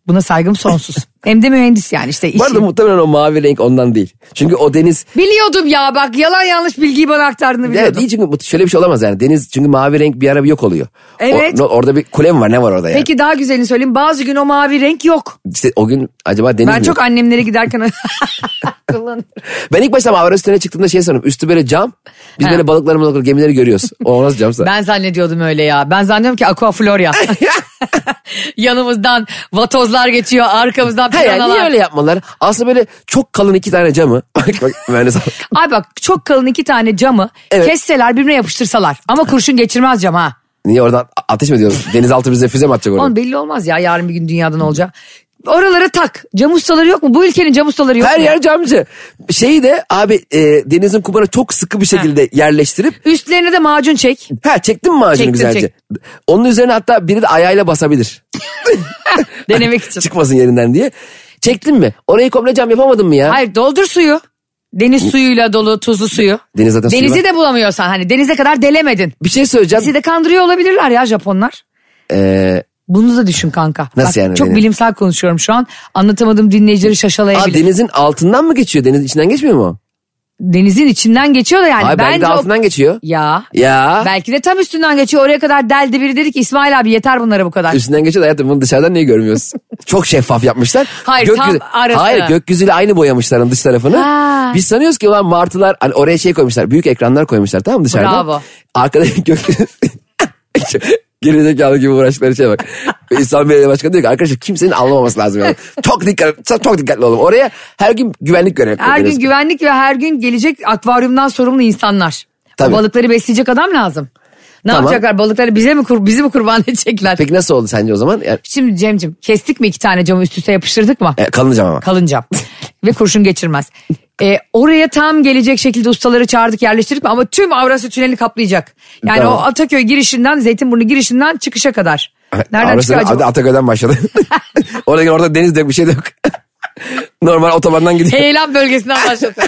[SPEAKER 2] Buna saygım sonsuz. Hem de mühendis yani işte
[SPEAKER 3] Bu
[SPEAKER 2] işi.
[SPEAKER 3] arada muhtemelen o mavi renk ondan değil. Çünkü o deniz
[SPEAKER 2] Biliyordum ya bak yalan yanlış bilgiyi bana aktardığını
[SPEAKER 3] Evet
[SPEAKER 2] biliyordum.
[SPEAKER 3] değil çünkü bu- şöyle bir şey olamaz yani deniz çünkü mavi renk bir ara bir yok oluyor.
[SPEAKER 2] Evet.
[SPEAKER 3] O- orada bir kule mi var ne var orada yani?
[SPEAKER 2] Peki daha güzelini söyleyeyim bazı gün o mavi renk yok.
[SPEAKER 3] İşte o gün acaba deniz
[SPEAKER 2] Ben
[SPEAKER 3] mi?
[SPEAKER 2] çok annemlere giderken kullanıyorum.
[SPEAKER 3] Ben ilk başta Marmaris Tüneli'ne çıktığımda şey sanırım. Üstü böyle cam. Biz böyle balıkları balıkları gemileri görüyoruz. O nasıl camsa?
[SPEAKER 2] Ben zannediyordum öyle ya. Ben zannediyorum ki Aqua Floria. Yanımızdan vatozlar geçiyor, arkamızdan
[SPEAKER 3] Ha yani niye
[SPEAKER 2] piranalar.
[SPEAKER 3] öyle yapmalar? Aslında böyle çok kalın iki tane camı. bak bak mühendis abi.
[SPEAKER 2] Ay bak çok kalın iki tane camı
[SPEAKER 3] Evet.
[SPEAKER 2] kesseler birbirine yapıştırsalar. Ama kurşun geçirmez cam ha.
[SPEAKER 3] Niye oradan a- ateş mi ediyoruz? Denizaltı bize füze mi atacak
[SPEAKER 2] Oğlum
[SPEAKER 3] orada?
[SPEAKER 2] belli olmaz ya yarın bir gün dünyadan olacak. Oralara tak. Cam ustaları yok mu? Bu ülkenin cam ustaları yok
[SPEAKER 3] Her
[SPEAKER 2] mu?
[SPEAKER 3] yer camcı. Şeyi de abi e, denizin kumuna çok sıkı bir şekilde yerleştirip
[SPEAKER 2] Üstlerine de macun çek.
[SPEAKER 3] ha çektin mi macunu
[SPEAKER 2] Çektim,
[SPEAKER 3] güzelce?
[SPEAKER 2] çek.
[SPEAKER 3] Onun üzerine hatta biri de ayağıyla basabilir.
[SPEAKER 2] Denemek için.
[SPEAKER 3] Çıkmasın yerinden diye. Çektin mi? Orayı komple cam yapamadın mı ya?
[SPEAKER 2] Hayır doldur suyu. Deniz suyuyla dolu tuzlu suyu.
[SPEAKER 3] Deniz zaten suyu
[SPEAKER 2] Denizi
[SPEAKER 3] var.
[SPEAKER 2] de bulamıyorsan hani denize kadar delemedin.
[SPEAKER 3] Bir şey söyleyeceğim.
[SPEAKER 2] Bizi de kandırıyor olabilirler ya Japonlar.
[SPEAKER 3] Ee,
[SPEAKER 2] Bunu da düşün kanka.
[SPEAKER 3] Nasıl yani?
[SPEAKER 2] Çok
[SPEAKER 3] Deniz-
[SPEAKER 2] bilimsel konuşuyorum şu an. Anlatamadığım dinleyicileri
[SPEAKER 3] aa,
[SPEAKER 2] şaşalayabilir.
[SPEAKER 3] denizin altından mı geçiyor? Denizin içinden geçmiyor mu?
[SPEAKER 2] Denizin içinden geçiyor da yani.
[SPEAKER 3] Hayır belki
[SPEAKER 2] bence
[SPEAKER 3] de
[SPEAKER 2] o-
[SPEAKER 3] altından geçiyor.
[SPEAKER 2] Ya.
[SPEAKER 3] Ya.
[SPEAKER 2] Belki de tam üstünden geçiyor. Oraya kadar deldi biri dedi ki İsmail abi yeter bunlara bu kadar.
[SPEAKER 3] Üstünden geçiyor da hayatım bunu dışarıdan niye görmüyorsun? Çok şeffaf yapmışlar.
[SPEAKER 2] Hayır, tam arası.
[SPEAKER 3] Hayır gökyüzüyle aynı boyamışların dış tarafını.
[SPEAKER 2] Ha.
[SPEAKER 3] Biz sanıyoruz ki ulan martılar hani oraya şey koymuşlar büyük ekranlar koymuşlar tamam mı dışarıda?
[SPEAKER 2] Bravo.
[SPEAKER 3] Arkada gökyüzü... Gerizekalı gibi uğraştıkları şey şeye bak. Ve İslam Belediye Başkanı diyor ki arkadaşlar kimsenin anlamaması lazım. Yani. Çok dikkat, çok, çok dikkatli olun. Oraya her gün güvenlik görevi
[SPEAKER 2] Her
[SPEAKER 3] koyuyoruz.
[SPEAKER 2] gün güvenlik ve her gün gelecek akvaryumdan sorumlu insanlar. O
[SPEAKER 3] Tabii.
[SPEAKER 2] balıkları besleyecek adam lazım. Ne
[SPEAKER 3] Tamam.
[SPEAKER 2] yapacaklar balıkları bize mi kur, bizi mi kurban edecekler?
[SPEAKER 3] Peki nasıl oldu sence o zaman? Yani,
[SPEAKER 2] Şimdi Cem'cim kestik mi iki tane camı üst üste yapıştırdık mı?
[SPEAKER 3] e, kalınacağım ama.
[SPEAKER 2] Kalın cam ve kurşun geçirmez. E, oraya tam gelecek şekilde ustaları çağırdık yerleştirdik mi ama tüm Avrasya Tüneli kaplayacak. Yani
[SPEAKER 3] Tamam.
[SPEAKER 2] o Ataköy girişinden Zeytinburnu girişinden çıkışa kadar. Nereden
[SPEAKER 3] Orası
[SPEAKER 2] çıkıyor acaba?
[SPEAKER 3] Ataköy'den başladı. orada, orada deniz de yok bir şey de yok. Normal otobandan gidiyor.
[SPEAKER 2] Heyelan bölgesinden başlatıyor.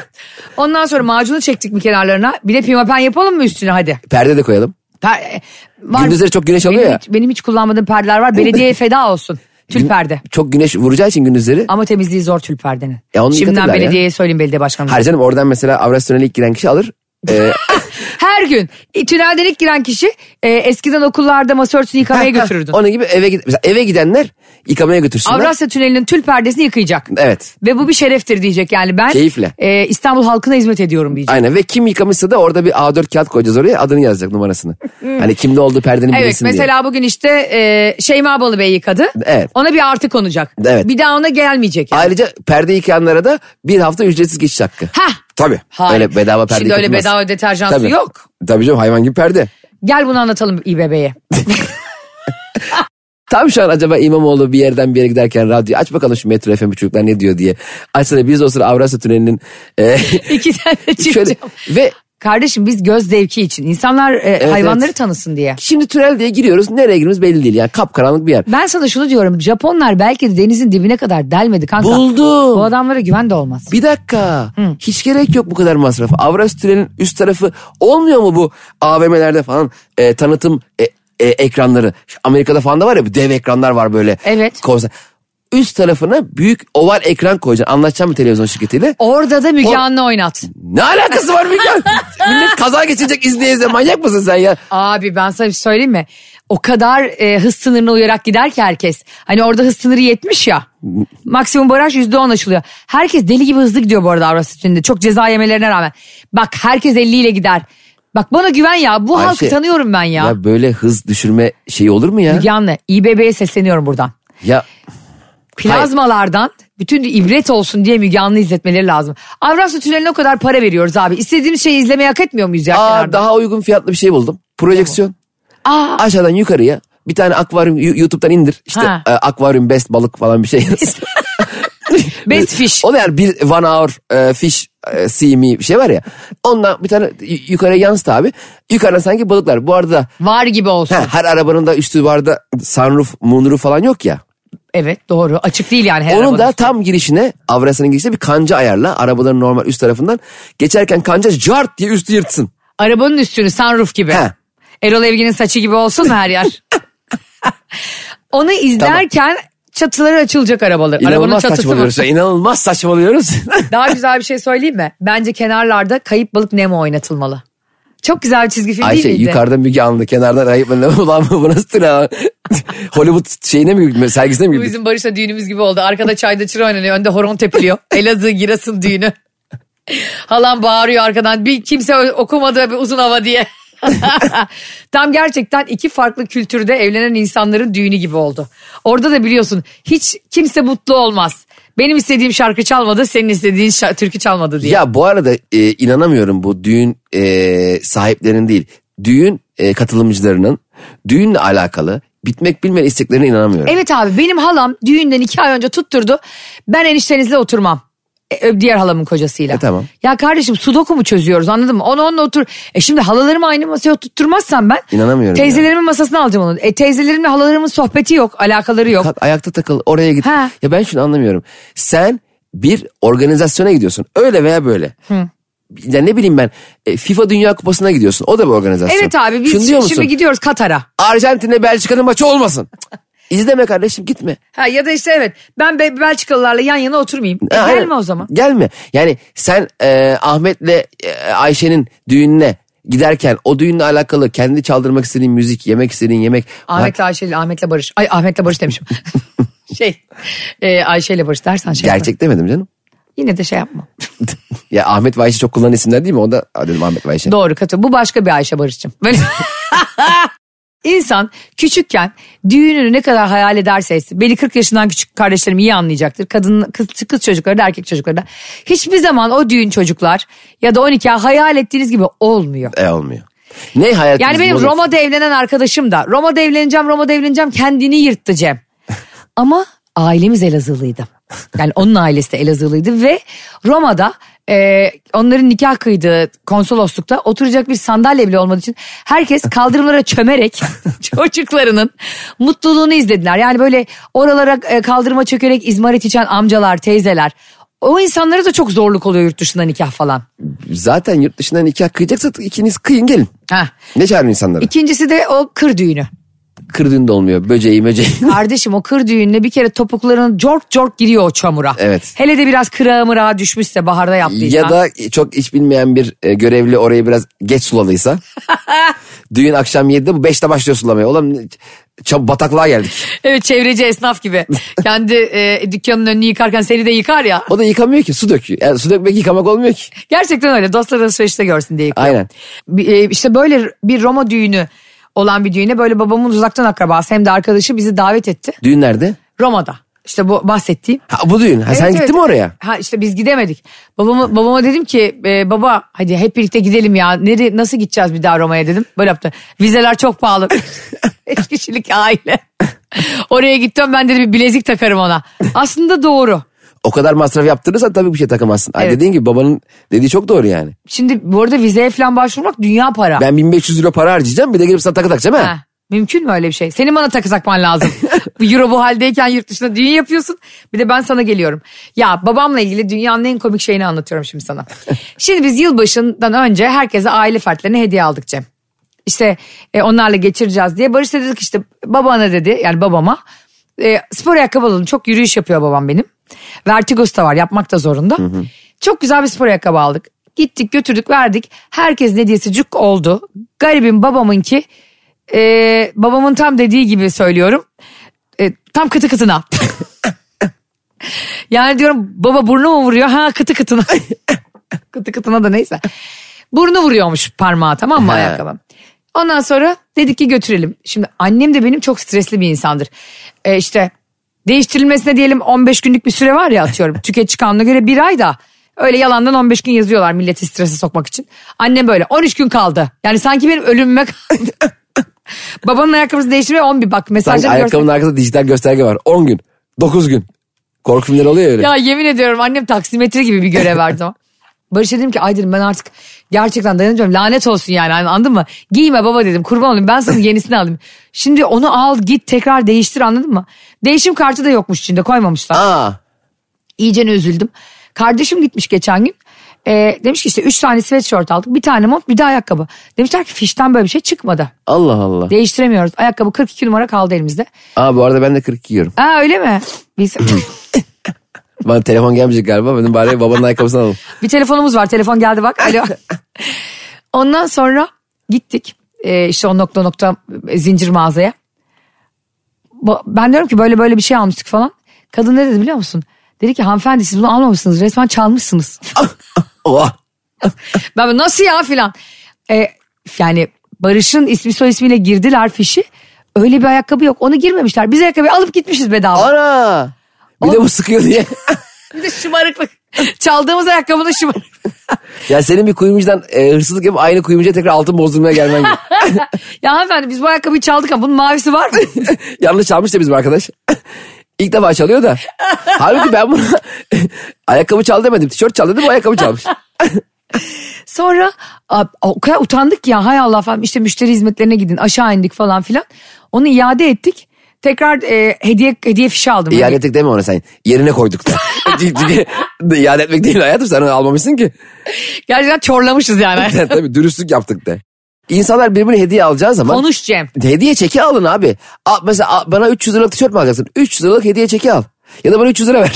[SPEAKER 2] Ondan sonra macunu çektik mi kenarlarına? Bir de pimapen yapalım mı üstüne hadi?
[SPEAKER 3] Perde de koyalım.
[SPEAKER 2] Per- var-
[SPEAKER 3] Gündüzleri çok güneş
[SPEAKER 2] benim
[SPEAKER 3] alıyor ya.
[SPEAKER 2] Hiç, benim hiç kullanmadığım perdeler var. Belediyeye feda olsun. Tül perde.
[SPEAKER 3] Çok güneş vuracağı için gündüzleri.
[SPEAKER 2] Ama temizliği zor tül perdenin.
[SPEAKER 3] Ya onu
[SPEAKER 2] Şimdiden
[SPEAKER 3] yıkatırlar ya.
[SPEAKER 2] belediyeye söyleyeyim belediye başkanına.
[SPEAKER 3] Hayır canım oradan mesela Avrasya Tüneli'ne ilk giren kişi alır. Ee,
[SPEAKER 2] Her gün e, tünelden ilk giren kişi e, eskiden okullarda masa örtüsünü yıkamaya götürürdün.
[SPEAKER 3] onun gibi eve gid- mesela eve gidenler yıkamaya götürsünler.
[SPEAKER 2] Avrasya Tüneli'nin tül perdesini yıkayacak.
[SPEAKER 3] Evet.
[SPEAKER 2] Ve bu bir şereftir diyecek yani ben
[SPEAKER 3] Keyifle.
[SPEAKER 2] e, İstanbul halkına hizmet ediyorum diyecek.
[SPEAKER 3] Aynen ve kim yıkamışsa da orada bir A4 kağıt koyacağız oraya adını yazacak numarasını. hani kimde olduğu perdenin
[SPEAKER 2] Hmm. Evet
[SPEAKER 3] bilesin
[SPEAKER 2] mesela
[SPEAKER 3] diye.
[SPEAKER 2] bugün işte e, Şeyma Balıbey yıkadı.
[SPEAKER 3] Evet.
[SPEAKER 2] Ona bir artı konacak.
[SPEAKER 3] Evet.
[SPEAKER 2] Bir daha ona gelmeyecek. yani.
[SPEAKER 3] Ayrıca perde yıkayanlara da bir hafta ücretsiz geçiş hakkı.
[SPEAKER 2] Hah.
[SPEAKER 3] Tabii.
[SPEAKER 2] Hayır.
[SPEAKER 3] Öyle bedava perde
[SPEAKER 2] Şimdi öyle
[SPEAKER 3] yıkatılmaz.
[SPEAKER 2] bedava deterjan su
[SPEAKER 3] Tabii.
[SPEAKER 2] yok.
[SPEAKER 3] Tabii canım hayvan gibi perde.
[SPEAKER 2] Gel bunu anlatalım İBB'ye.
[SPEAKER 3] Tam şu an acaba İmamoğlu bir yerden bir yere giderken radyoyu aç bakalım şu Metro FM çocuklar ne diyor diye. Açsana biz o sıra Avrasya Tüneli'nin e,
[SPEAKER 2] İki tane
[SPEAKER 3] şöyle
[SPEAKER 2] çıkacağım.
[SPEAKER 3] ve
[SPEAKER 2] Kardeşim biz göz zevki için insanlar e, hayvanları
[SPEAKER 3] evet.
[SPEAKER 2] tanısın diye.
[SPEAKER 3] şimdi tünel diye giriyoruz nereye girdiğimiz belli değil yani kapkaranlık bir yer.
[SPEAKER 2] Ben sana şunu diyorum Japonlar belki de denizin dibine kadar delmedi kanka.
[SPEAKER 3] Buldum.
[SPEAKER 2] Bu adamlara güven de olmaz.
[SPEAKER 3] Bir dakika. Hiç gerek yok bu kadar masraf. Avrasya Tüneli'nin üst tarafı olmuyor mu bu AVM'lerde falan e, tanıtım e, e, ekranları? Şu Amerika'da falan da var ya bu dev ekranlar var böyle.
[SPEAKER 2] Evet.
[SPEAKER 3] Konser. Üst tarafına büyük oval ekran koyacaksın. Anlaşacağım bir televizyon şirketiyle.
[SPEAKER 2] Orada da Müge
[SPEAKER 3] O-
[SPEAKER 2] Anlı oynat.
[SPEAKER 3] Ne alakası var Müge? Millet kaza geçirecek izleye izleye manyak mısın sen ya?
[SPEAKER 2] Abi ben sana bir şey söyleyeyim mi? O kadar e, hız sınırına uyarak gider ki herkes. Hani orada hız sınırı 70 ya. Maksimum baraj %10 açılıyor. Herkes deli gibi hızlı gidiyor bu arada Avrasya Tüneli'nde. Çok ceza yemelerine rağmen. Bak herkes 50 ile gider. Bak bana güven ya. Bu halkı
[SPEAKER 3] Ayşe,
[SPEAKER 2] tanıyorum ben ya.
[SPEAKER 3] Ya böyle hız düşürme şeyi olur mu ya?
[SPEAKER 2] Müge Anlı, İBB'ye sesleniyorum buradan.
[SPEAKER 3] Ya
[SPEAKER 2] Plazmalardan bütün ibret olsun diye Müge Anlı izletmeleri lazım. Avrasya Tüneli'ne o kadar para veriyoruz abi. İstediğimiz şeyi izlemeye hak etmiyor muyuz ya
[SPEAKER 3] aa,
[SPEAKER 2] kenarda?
[SPEAKER 3] daha uygun fiyatlı bir şey buldum. Projeksiyon.
[SPEAKER 2] Aa,
[SPEAKER 3] aşağıdan yukarıya bir tane akvaryum Yu- YouTube'dan indir. İşte
[SPEAKER 2] Ha.
[SPEAKER 3] e, akvaryum best balık falan bir şey.
[SPEAKER 2] best fish.
[SPEAKER 3] o da yani bir one hour e, fish e, see me bir şey var ya. Ondan bir tane y- yukarıya yansıt abi. Yukarıdan sanki balıklar. Bu arada
[SPEAKER 2] Var gibi olsun.
[SPEAKER 3] ha, her arabanın da üstü barda sunroof, moonroof falan yok ya.
[SPEAKER 2] Evet doğru. Açık değil yani her
[SPEAKER 3] Onun
[SPEAKER 2] arabanın
[SPEAKER 3] da
[SPEAKER 2] üstü.
[SPEAKER 3] tam girişine, Avrasya'nın girişine bir kanca ayarla. Arabaların normal üst tarafından. Geçerken kanca cart diye üstü yırtsın.
[SPEAKER 2] Arabanın üstünü sunroof gibi.
[SPEAKER 3] Ha.
[SPEAKER 2] Erol Evgin'in saçı gibi olsun mu her yer? Onu izlerken çatıları açılacak arabaları. Arabanın
[SPEAKER 3] İnanılmaz
[SPEAKER 2] çatısı var.
[SPEAKER 3] saçmalıyoruz. ya, İnanılmaz saçmalıyoruz.
[SPEAKER 2] Daha güzel bir şey söyleyeyim mi? Bence kenarlarda kayıp balık Nemo oynatılmalı. Çok güzel bir çizgi film
[SPEAKER 3] Ayşe
[SPEAKER 2] değil miydi?
[SPEAKER 3] yukarıdan Müge Anlı kenardan ayıp ben ulan bu nasıl tren Hollywood şeyine mi girdik sergisine mi
[SPEAKER 2] Bu
[SPEAKER 3] girdik?
[SPEAKER 2] bizim Barış'la düğünümüz gibi oldu. Arkada çayda çıra oynanıyor. Önde horon tepiliyor. Elazığ Giras'ın düğünü. Halam bağırıyor arkadan. Bir kimse ö- okumadı bir uzun hava diye. Tam gerçekten iki farklı kültürde evlenen insanların düğünü gibi oldu. Orada da biliyorsun hiç kimse mutlu olmaz. Benim istediğim şarkı çalmadı, senin istediğin şa- türkü çalmadı diye.
[SPEAKER 3] Ya bu arada e, inanamıyorum bu düğün e, sahiplerinin değil düğün e, katılımcılarının düğünle alakalı bitmek bilmeyen isteklerine inanamıyorum.
[SPEAKER 2] Evet abi benim halam düğünden iki ay önce tutturdu. Ben eniştenizle oturmam. E, ö- diğer halamın kocasıyla.
[SPEAKER 3] E, tamam.
[SPEAKER 2] Ya kardeşim sudoku mu çözüyoruz anladın mı? Onu onunla otur. E şimdi halalarımı aynı masaya oturtmazsam ben.
[SPEAKER 3] İnanamıyorum
[SPEAKER 2] Teyzelerimin masasına alacağım onu. E teyzelerimle halalarımın sohbeti yok. Alakaları yok.
[SPEAKER 3] Kalk ayakta takıl oraya git.
[SPEAKER 2] Ha.
[SPEAKER 3] Ya ben şunu anlamıyorum. Sen bir organizasyona gidiyorsun öyle veya böyle. Ya ne bileyim ben e, FIFA Dünya Kupası'na gidiyorsun. O da bir organizasyon.
[SPEAKER 2] Evet abi biz
[SPEAKER 3] Şunu diyor
[SPEAKER 2] şi-
[SPEAKER 3] musun?
[SPEAKER 2] şimdi gidiyoruz Katar'a.
[SPEAKER 3] Arjantin'le Belçika'nın maçı olmasın. İzleme kardeşim gitme.
[SPEAKER 2] Ha, ya da işte evet ben Be- Belçikalılarla yan yana oturmayayım. E,
[SPEAKER 3] Ha,
[SPEAKER 2] gelme
[SPEAKER 3] aynen.
[SPEAKER 2] o zaman.
[SPEAKER 3] Gelme. Yani sen e, Ahmet'le e, Ayşe'nin düğününe giderken o düğünle alakalı kendi çaldırmak istediğin müzik, yemek istediğin yemek.
[SPEAKER 2] Ahmet'le Ayşe'yle Ahmet'le Barış. Ay Ahmet'le Barış demişim. şey e, Ayşe'yle Barış dersen şey yapma.
[SPEAKER 3] Gerçek demedim canım.
[SPEAKER 2] Yine de şey yapma.
[SPEAKER 3] Ya Ahmet ve Ayşe çok kullanılan isimler değil mi? Onda Aa, dedim Ahmet ve Ayşe.
[SPEAKER 2] Doğru katı. Bu başka bir Ayşe Barış'cığım. Böyle... İnsan küçükken düğününü ne kadar hayal ederse etsin, beni 40 yaşından küçük kardeşlerim iyi anlayacaktır. Kadın kız, kız çocukları da erkek çocukları da. Hiçbir zaman o düğün çocuklar ya da 12 hayal ettiğiniz gibi olmuyor.
[SPEAKER 3] E olmuyor. Ne
[SPEAKER 2] Yani
[SPEAKER 3] hayal kırıklığı
[SPEAKER 2] benim
[SPEAKER 3] olursa-
[SPEAKER 2] Roma'da evlenen arkadaşım da Roma'da evleneceğim Roma'da evleneceğim kendini yırttı Cem. Ama ailemiz Elazığlıydı. Yani onun ailesi de Elazığlıydı ve Roma'da e, onların nikah kıydığı konsoloslukta oturacak bir sandalye bile olmadığı için herkes kaldırımlara çömerek çocuklarının mutluluğunu izlediler. Yani böyle oralara e, kaldırıma çökerek izmarit içen amcalar, teyzeler. O insanlara da çok zorluk oluyor yurt dışında nikah falan.
[SPEAKER 3] Zaten yurt dışına nikah kıyacaksa ikiniz kıyın gelin.
[SPEAKER 2] Ha.
[SPEAKER 3] Ne çağırın insanları?
[SPEAKER 2] İkincisi de o kır düğünü.
[SPEAKER 3] Kırdığında olmuyor. Böceği möceği.
[SPEAKER 2] Kardeşim o kır düğününe bir kere topukların cork cork giriyor o çamura.
[SPEAKER 3] Evet.
[SPEAKER 2] Hele de biraz kırağı mırağı düşmüşse baharda yaptıysa.
[SPEAKER 3] ya da çok iş bilmeyen bir e, görevli orayı biraz geç suladıysa. düğün akşam 7'de bu 5'te başlıyor sulamaya. Oğlum çab bataklığa geldik.
[SPEAKER 2] Evet çevreci esnaf gibi. Kendi e, dükkanın önünü yıkarken seni de yıkar ya.
[SPEAKER 3] O da yıkamıyor ki su döküyor. Yani su dökmek yıkamak olmuyor ki.
[SPEAKER 2] Gerçekten öyle dostlar alışverişte görsün diye yıkıyor.
[SPEAKER 3] Aynen.
[SPEAKER 2] Bir, e, işte böyle bir Roma düğünü olan bir düğüne böyle babamın uzaktan akrabası hem de arkadaşı bizi davet etti.
[SPEAKER 3] Düğün nerede?
[SPEAKER 2] Roma'da. İşte bu bahsettiğim.
[SPEAKER 3] Ha bu düğün. Ha, sen
[SPEAKER 2] Evet,
[SPEAKER 3] gittin
[SPEAKER 2] evet.
[SPEAKER 3] mi oraya?
[SPEAKER 2] Ha işte biz gidemedik. Babama, babama dedim ki e, baba hadi hep birlikte gidelim ya. Nereye, nasıl gideceğiz bir daha Roma'ya dedim. Böyle yaptı. Vizeler çok pahalı. Beş kişilik aile. Oraya gittim ben dedim bir bilezik takarım ona. Aslında doğru.
[SPEAKER 3] O kadar masraf yaptırırsan tabii bir şey takamazsın. Ha,
[SPEAKER 2] Evet.
[SPEAKER 3] dediğin gibi babanın dediği çok doğru yani.
[SPEAKER 2] Şimdi bu arada vizeye falan başvurmak dünya para.
[SPEAKER 3] Ben 1500 euro para harcayacağım bir de gelip sana takı takacağım ha.
[SPEAKER 2] Ha, mümkün mü öyle bir şey? Senin bana takı takman lazım. bu Euro bu haldeyken yurt dışında düğün yapıyorsun. Bir de ben sana geliyorum. Ya babamla ilgili dünyanın en komik şeyini anlatıyorum şimdi sana. şimdi biz yılbaşından önce herkese aile fertlerine hediye aldık Cem. İşte e, onlarla geçireceğiz diye. Barış da dedik işte babana dedi yani babama. E, spor ayakkabı alalım çok yürüyüş yapıyor babam benim. Vertigosu da var yapmak da zorunda. Çok güzel bir spor ayakkabı aldık. Gittik götürdük verdik. Herkesin hediyesi cuk oldu. Garibim babamınki e, babamın tam dediği gibi söylüyorum. E, tam kıtı kıtına. yani diyorum baba burnu mu vuruyor? Ha kıtı kıtına. kıtı kıtına da neyse. Burnu vuruyormuş parmağı tamam mı
[SPEAKER 3] He.
[SPEAKER 2] ayakkabı. Ondan sonra dedik ki götürelim. Şimdi annem de benim çok stresli bir insandır. E, işte değiştirilmesine diyelim 15 günlük bir süre var ya atıyorum. Tüketici kanuna göre bir ay da öyle yalandan 15 gün yazıyorlar milleti strese sokmak için. Annem böyle 13 gün kaldı. Yani sanki benim ölümüme kaldı. Babanın ayakkabısı değiştirmeye 11 bak
[SPEAKER 3] Sanki
[SPEAKER 2] mesajları görsün.
[SPEAKER 3] ayakkabının arkasında dijital gösterge var. 10 gün, 9 gün. Korku filmleri oluyor ya öyle.
[SPEAKER 2] Ya yemin ediyorum annem taksimetre gibi bir görev verdi ama. Barış'a dedim ki ay dedim ben artık gerçekten dayanamayacağım lanet olsun yani Hani anladın mı? Giyme baba dedim kurban olayım ben sana yenisini alayım. Şimdi onu al git tekrar değiştir anladın mı? Değişim kartı da yokmuş içinde koymamışlar.
[SPEAKER 3] Aa,
[SPEAKER 2] İyicene üzüldüm. Kardeşim gitmiş geçen gün. Ee, demiş ki işte 3 tane sweatshirt aldık bir tane mont bir de ayakkabı. Demişler ki fişten böyle bir şey çıkmadı.
[SPEAKER 3] Allah Allah.
[SPEAKER 2] Değiştiremiyoruz. Ayakkabı 42 numara kaldı elimizde.
[SPEAKER 3] Aa bu arada ben de 40 giyiyorum.
[SPEAKER 2] Aa öyle mi? Biz...
[SPEAKER 3] Bana telefon gelmeyecek galiba. Benim bari babanın ayakkabısını alalım.
[SPEAKER 2] Bir telefonumuz var. Telefon geldi bak. Alo. Ondan sonra gittik. Ee, işte o nokta nokta e, zincir mağazaya. Ba- Ben diyorum ki böyle böyle bir şey almıştık falan. Kadın ne dedi biliyor musun? Dedi ki hanımefendi siz bunu almamışsınız. Resmen çalmışsınız.
[SPEAKER 3] Oha.
[SPEAKER 2] ben böyle, nasıl ya filan. Ee, yani Barış'ın ismi soy ismiyle girdiler fişi. Öyle bir ayakkabı yok. Onu girmemişler. Biz ayakkabıyı alıp gitmişiz bedava.
[SPEAKER 3] Ana. Bir de bu sıkıyor diye.
[SPEAKER 2] Bir de şımarıklık. Çaldığımız ayakkabının şımarıklık.
[SPEAKER 3] ya senin bir kuyumcudan e, hırsızlık yapıp aynı kuyumcuya tekrar altın bozdurmaya gelmen gibi.
[SPEAKER 2] ya hanımefendi biz bu ayakkabıyı çaldık ama bunun mavisi var mı?
[SPEAKER 3] Yanlış çalmış da bizim arkadaş. İlk defa çalıyor da. Halbuki ben buna ayakkabı çal demedim. Tişört çal dedim bu ayakkabı çalmış.
[SPEAKER 2] Sonra a- o kadar utandık ya hay Allah falan işte müşteri hizmetlerine gidin aşağı indik falan filan. Onu iade ettik. Tekrar e, hediye hediye fişi aldım. Hani
[SPEAKER 3] İade ettik deme ona sen. Yerine koyduk da. Çünkü İade etmek değil hayatım sen onu almamışsın ki.
[SPEAKER 2] Gerçekten çorlamışız yani.
[SPEAKER 3] Sen Tabii dürüstlük yaptık de. İnsanlar birbirine hediye alacağı zaman
[SPEAKER 2] Konuş Cem.
[SPEAKER 3] hediye çeki alın abi. Al, mesela al- bana 300 liralık tişört mü alacaksın? 300 liralık hediye çeki al. Ya da bana 300 lira ver.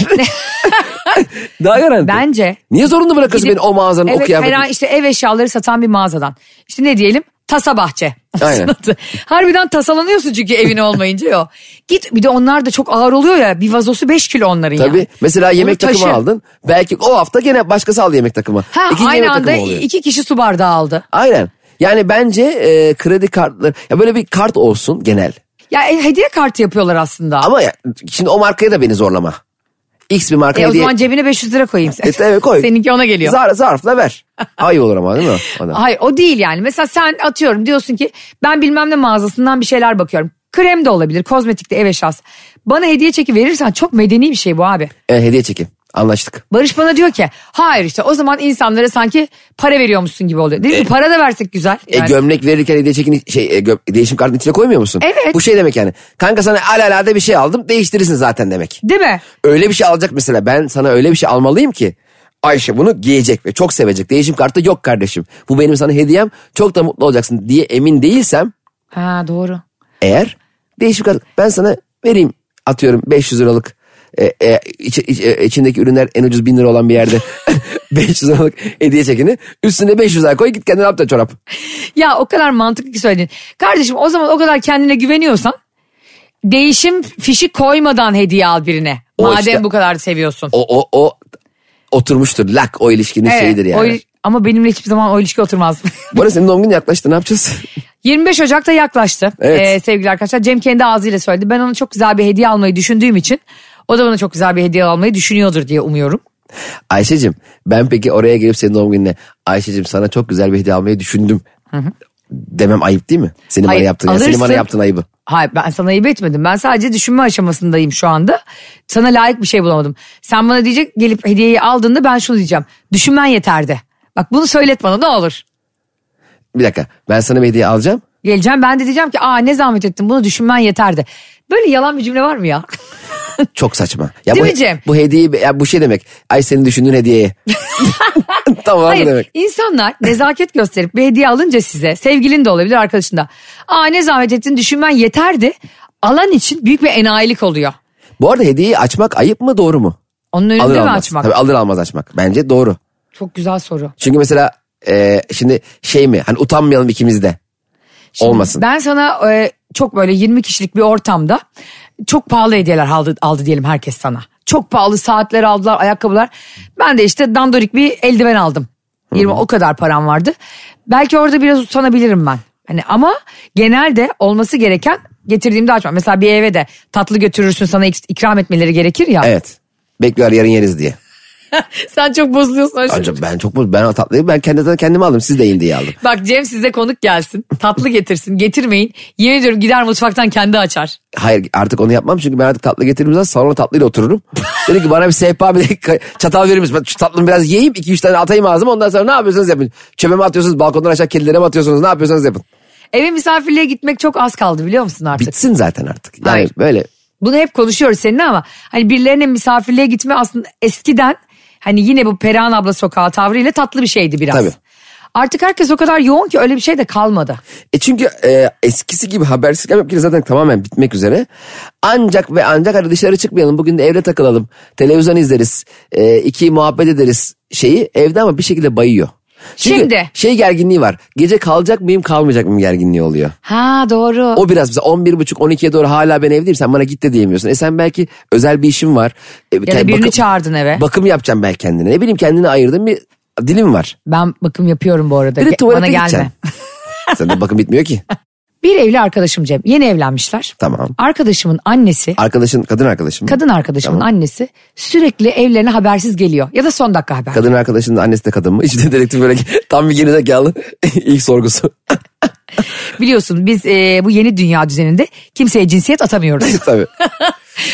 [SPEAKER 3] Daha garanti.
[SPEAKER 2] Bence.
[SPEAKER 3] Niye zorunda bırakıyorsun
[SPEAKER 2] Gidip-
[SPEAKER 3] beni o mağazanın o
[SPEAKER 2] Evet
[SPEAKER 3] kıyafetini?
[SPEAKER 2] her an işte ev eşyaları satan bir mağazadan. İşte ne diyelim? Tasa bahçe.
[SPEAKER 3] Aynen.
[SPEAKER 2] Sanatı. Harbiden tasalanıyorsun çünkü evin olmayınca yok. Git bir de onlar da çok ağır oluyor ya. Bir vazosu 5 kilo onların ya.
[SPEAKER 3] Tabii. Mesela yemek
[SPEAKER 2] Bunu
[SPEAKER 3] takımı
[SPEAKER 2] taşı.
[SPEAKER 3] aldın. Belki o hafta gene başkası aldı yemek takımı.
[SPEAKER 2] Ha,
[SPEAKER 3] İkinci
[SPEAKER 2] aynı
[SPEAKER 3] yemek
[SPEAKER 2] anda
[SPEAKER 3] takımı oluyor.
[SPEAKER 2] iki kişi su bardağı aldı.
[SPEAKER 3] Aynen. Yani bence e, kredi kartları ya böyle bir kart olsun genel.
[SPEAKER 2] Ya e, hediye kartı yapıyorlar aslında.
[SPEAKER 3] Ama ya, şimdi o markaya da beni zorlama. X bir marka
[SPEAKER 2] e, o
[SPEAKER 3] hediye.
[SPEAKER 2] zaman cebine 500 lira koyayım sen.
[SPEAKER 3] E, tabii koy.
[SPEAKER 2] Seninki ona geliyor.
[SPEAKER 3] Zar, zarfla ver. Ay olur ama değil mi? Adam.
[SPEAKER 2] Hayır o değil yani. Mesela sen atıyorum diyorsun ki ben bilmem ne mağazasından bir şeyler bakıyorum. Krem de olabilir, kozmetik de ev eşyası. Bana hediye çeki verirsen çok medeni bir şey bu abi.
[SPEAKER 3] E, hediye çekin. Anlaştık.
[SPEAKER 2] Barış bana diyor ki hayır işte o zaman insanlara sanki para veriyormuşsun gibi oluyor. Dedim ki para da versek güzel.
[SPEAKER 3] E,
[SPEAKER 2] Yani.
[SPEAKER 3] gömlek verirken hediye çekin şey e, gö- değişim kartının içine koymuyor musun?
[SPEAKER 2] Evet.
[SPEAKER 3] Bu şey demek yani. Kanka sana alalade bir şey aldım değiştirirsin zaten demek.
[SPEAKER 2] Değil mi?
[SPEAKER 3] Öyle bir şey alacak mesela ben sana öyle bir şey almalıyım ki. Ayşe bunu giyecek ve çok sevecek. Değişim kartı yok kardeşim. Bu benim sana hediyem. Çok da mutlu olacaksın diye emin değilsem
[SPEAKER 2] Ha doğru.
[SPEAKER 3] eğer değişim kartı ben sana vereyim atıyorum 500 liralık e, e, iç- iç- e, içindeki ürünler en ucuz 1000 lira olan bir yerde 500 liralık hediye çekini üstüne 500 lira koy git kendine al da çorap.
[SPEAKER 2] Ya o kadar mantıklı ki söyledin. Kardeşim o zaman o kadar kendine güveniyorsan değişim fişi koymadan hediye al birine.
[SPEAKER 3] O
[SPEAKER 2] Madem
[SPEAKER 3] işte-
[SPEAKER 2] bu kadar seviyorsun.
[SPEAKER 3] O, o, o oturmuştur lak o ilişkinin
[SPEAKER 2] Evet,
[SPEAKER 3] şeyidir yani.
[SPEAKER 2] o il- ama benimle hiçbir zaman o ilişki oturmaz.
[SPEAKER 3] Bu arada senin doğum günün yaklaştı ne yapacağız?
[SPEAKER 2] 25 Ocak'ta yaklaştı
[SPEAKER 3] Evet.
[SPEAKER 2] Ee, sevgili arkadaşlar. Cem kendi ağzıyla söyledi. Ben ona çok güzel bir hediye almayı düşündüğüm için o da bana çok güzel bir hediye almayı düşünüyordur diye umuyorum.
[SPEAKER 3] Ayşe'cim ben peki oraya gelip senin doğum gününe Ayşe'cim sana çok güzel bir hediye almayı düşündüm. Demem ayıp değil mi? Senin
[SPEAKER 2] Hayır,
[SPEAKER 3] bana yaptığın yani, senin bana
[SPEAKER 2] alırsın.
[SPEAKER 3] yaptığın ayıbı.
[SPEAKER 2] Hayır ben sana ayıp etmedim. Ben sadece düşünme aşamasındayım şu anda. Sana layık bir şey bulamadım. Sen bana diyecek gelip hediyeyi aldığında ben şunu diyeceğim. Düşünmen yeterdi. Bak bunu söylet bana ne olur.
[SPEAKER 3] Bir dakika ben sana bir hediye alacağım.
[SPEAKER 2] Geleceğim ben de diyeceğim ki aa ne zahmet ettin bunu düşünmen yeterdi. Böyle yalan bir cümle var mı ya?
[SPEAKER 3] Çok saçma. Ya
[SPEAKER 2] Değil
[SPEAKER 3] bu,
[SPEAKER 2] mi Cem?
[SPEAKER 3] Bu hediye ya bu şey demek. Ay senin düşündüğün hediye. tamam
[SPEAKER 2] Hayır
[SPEAKER 3] demek.
[SPEAKER 2] insanlar nezaket gösterip bir hediye alınca size sevgilin de olabilir arkadaşın da. Aa ne zahmet ettin düşünmen yeterdi. Alan için büyük bir enayilik oluyor.
[SPEAKER 3] Bu arada hediyeyi açmak ayıp mı doğru mu?
[SPEAKER 2] Onun önünde
[SPEAKER 3] Alır
[SPEAKER 2] mi
[SPEAKER 3] almaz.
[SPEAKER 2] açmak?
[SPEAKER 3] Tabii alır almaz açmak. Bence doğru.
[SPEAKER 2] Çok güzel soru.
[SPEAKER 3] Çünkü mesela e, şimdi şey mi hani utanmayalım ikimiz de.
[SPEAKER 2] Şimdi
[SPEAKER 3] Olmasın.
[SPEAKER 2] Ben sana e, çok böyle 20 kişilik bir ortamda çok pahalı hediyeler aldı, aldı diyelim herkes sana. Çok pahalı saatler aldılar, ayakkabılar. Ben de işte dandorik bir eldiven aldım. 20 o kadar param vardı. Belki orada biraz utanabilirim ben. Hani ama genelde olması gereken getirdiğimde açmam. Mesela bir eve de tatlı götürürsün sana ik- ikram etmeleri gerekir ya.
[SPEAKER 3] Evet. Bekliyor yarın yeriz diye.
[SPEAKER 2] Sen çok bozuluyorsun. Ayşe.
[SPEAKER 3] Ancak ben çok ben o tatlıyı ben kendi kendime aldım. Siz de yiyin diye aldım.
[SPEAKER 2] Bak Cem size konuk gelsin. Tatlı getirsin. Getirmeyin. Yemin ediyorum gider mutfaktan kendi açar.
[SPEAKER 3] Hayır artık onu yapmam çünkü ben artık tatlı getirdiğim zaman salona tatlıyla otururum. Dedi ki bana bir sehpa bir de ka- çatal verir misin? Ben şu tatlımı biraz yiyeyim iki üç tane atayım ağzıma ondan sonra ne yapıyorsanız yapın. Çöpe mi atıyorsunuz balkondan aşağı kedilere mi atıyorsunuz ne yapıyorsanız yapın.
[SPEAKER 2] Eve misafirliğe gitmek çok az kaldı biliyor musun artık?
[SPEAKER 3] Bitsin zaten artık. Yani
[SPEAKER 2] Hayır.
[SPEAKER 3] böyle
[SPEAKER 2] Bunu hep konuşuyoruz seninle ama hani birilerine misafirliğe gitme aslında eskiden hani yine bu Perihan abla sokağı tavrıyla tatlı bir şeydi biraz.
[SPEAKER 3] Tabii.
[SPEAKER 2] Artık herkes o kadar yoğun ki öyle bir şey de kalmadı.
[SPEAKER 3] E çünkü e, eskisi gibi habersiz kalmak yine zaten tamamen bitmek üzere. Ancak ve ancak hadi dışarı çıkmayalım. Bugün de evde takılalım. Televizyon izleriz. E, iki muhabbet ederiz şeyi evde ama bir şekilde bayıyor. Çünkü
[SPEAKER 2] Şimdi.
[SPEAKER 3] şey gerginliği var. Gece kalacak mıyım kalmayacak mıyım gerginliği oluyor.
[SPEAKER 2] Ha doğru.
[SPEAKER 3] O biraz mesela 11.30-12'ye doğru hala ben evdeyim sen bana git de diyemiyorsun. E sen belki özel bir işin var. E,
[SPEAKER 2] ya da
[SPEAKER 3] kendi-
[SPEAKER 2] birini
[SPEAKER 3] bakım-
[SPEAKER 2] çağırdın eve.
[SPEAKER 3] Bakım yapacağım belki kendine. Ne bileyim kendine ayırdığın bir dilim var.
[SPEAKER 2] ben bakım yapıyorum bu arada.
[SPEAKER 3] Bir de
[SPEAKER 2] Ge-
[SPEAKER 3] tuvalete
[SPEAKER 2] Bana gelme.
[SPEAKER 3] gideceksin. Sen de bakım bitmiyor ki.
[SPEAKER 2] Bir evli arkadaşım Cem. Yeni evlenmişler.
[SPEAKER 3] Tamam.
[SPEAKER 2] Arkadaşımın annesi,
[SPEAKER 3] Arkadaşın kadın arkadaşın mı?
[SPEAKER 2] kadın arkadaşımın annesi sürekli evlerine habersiz geliyor. Ya da son dakika haber.
[SPEAKER 3] Kadın arkadaşının annesi de kadın mı? İşte dedektif böyle tam bir gerizekalı ilk sorgusu.
[SPEAKER 2] Biliyorsun biz e, bu yeni dünya düzeninde kimseye cinsiyet atamıyoruz.
[SPEAKER 3] Tabii.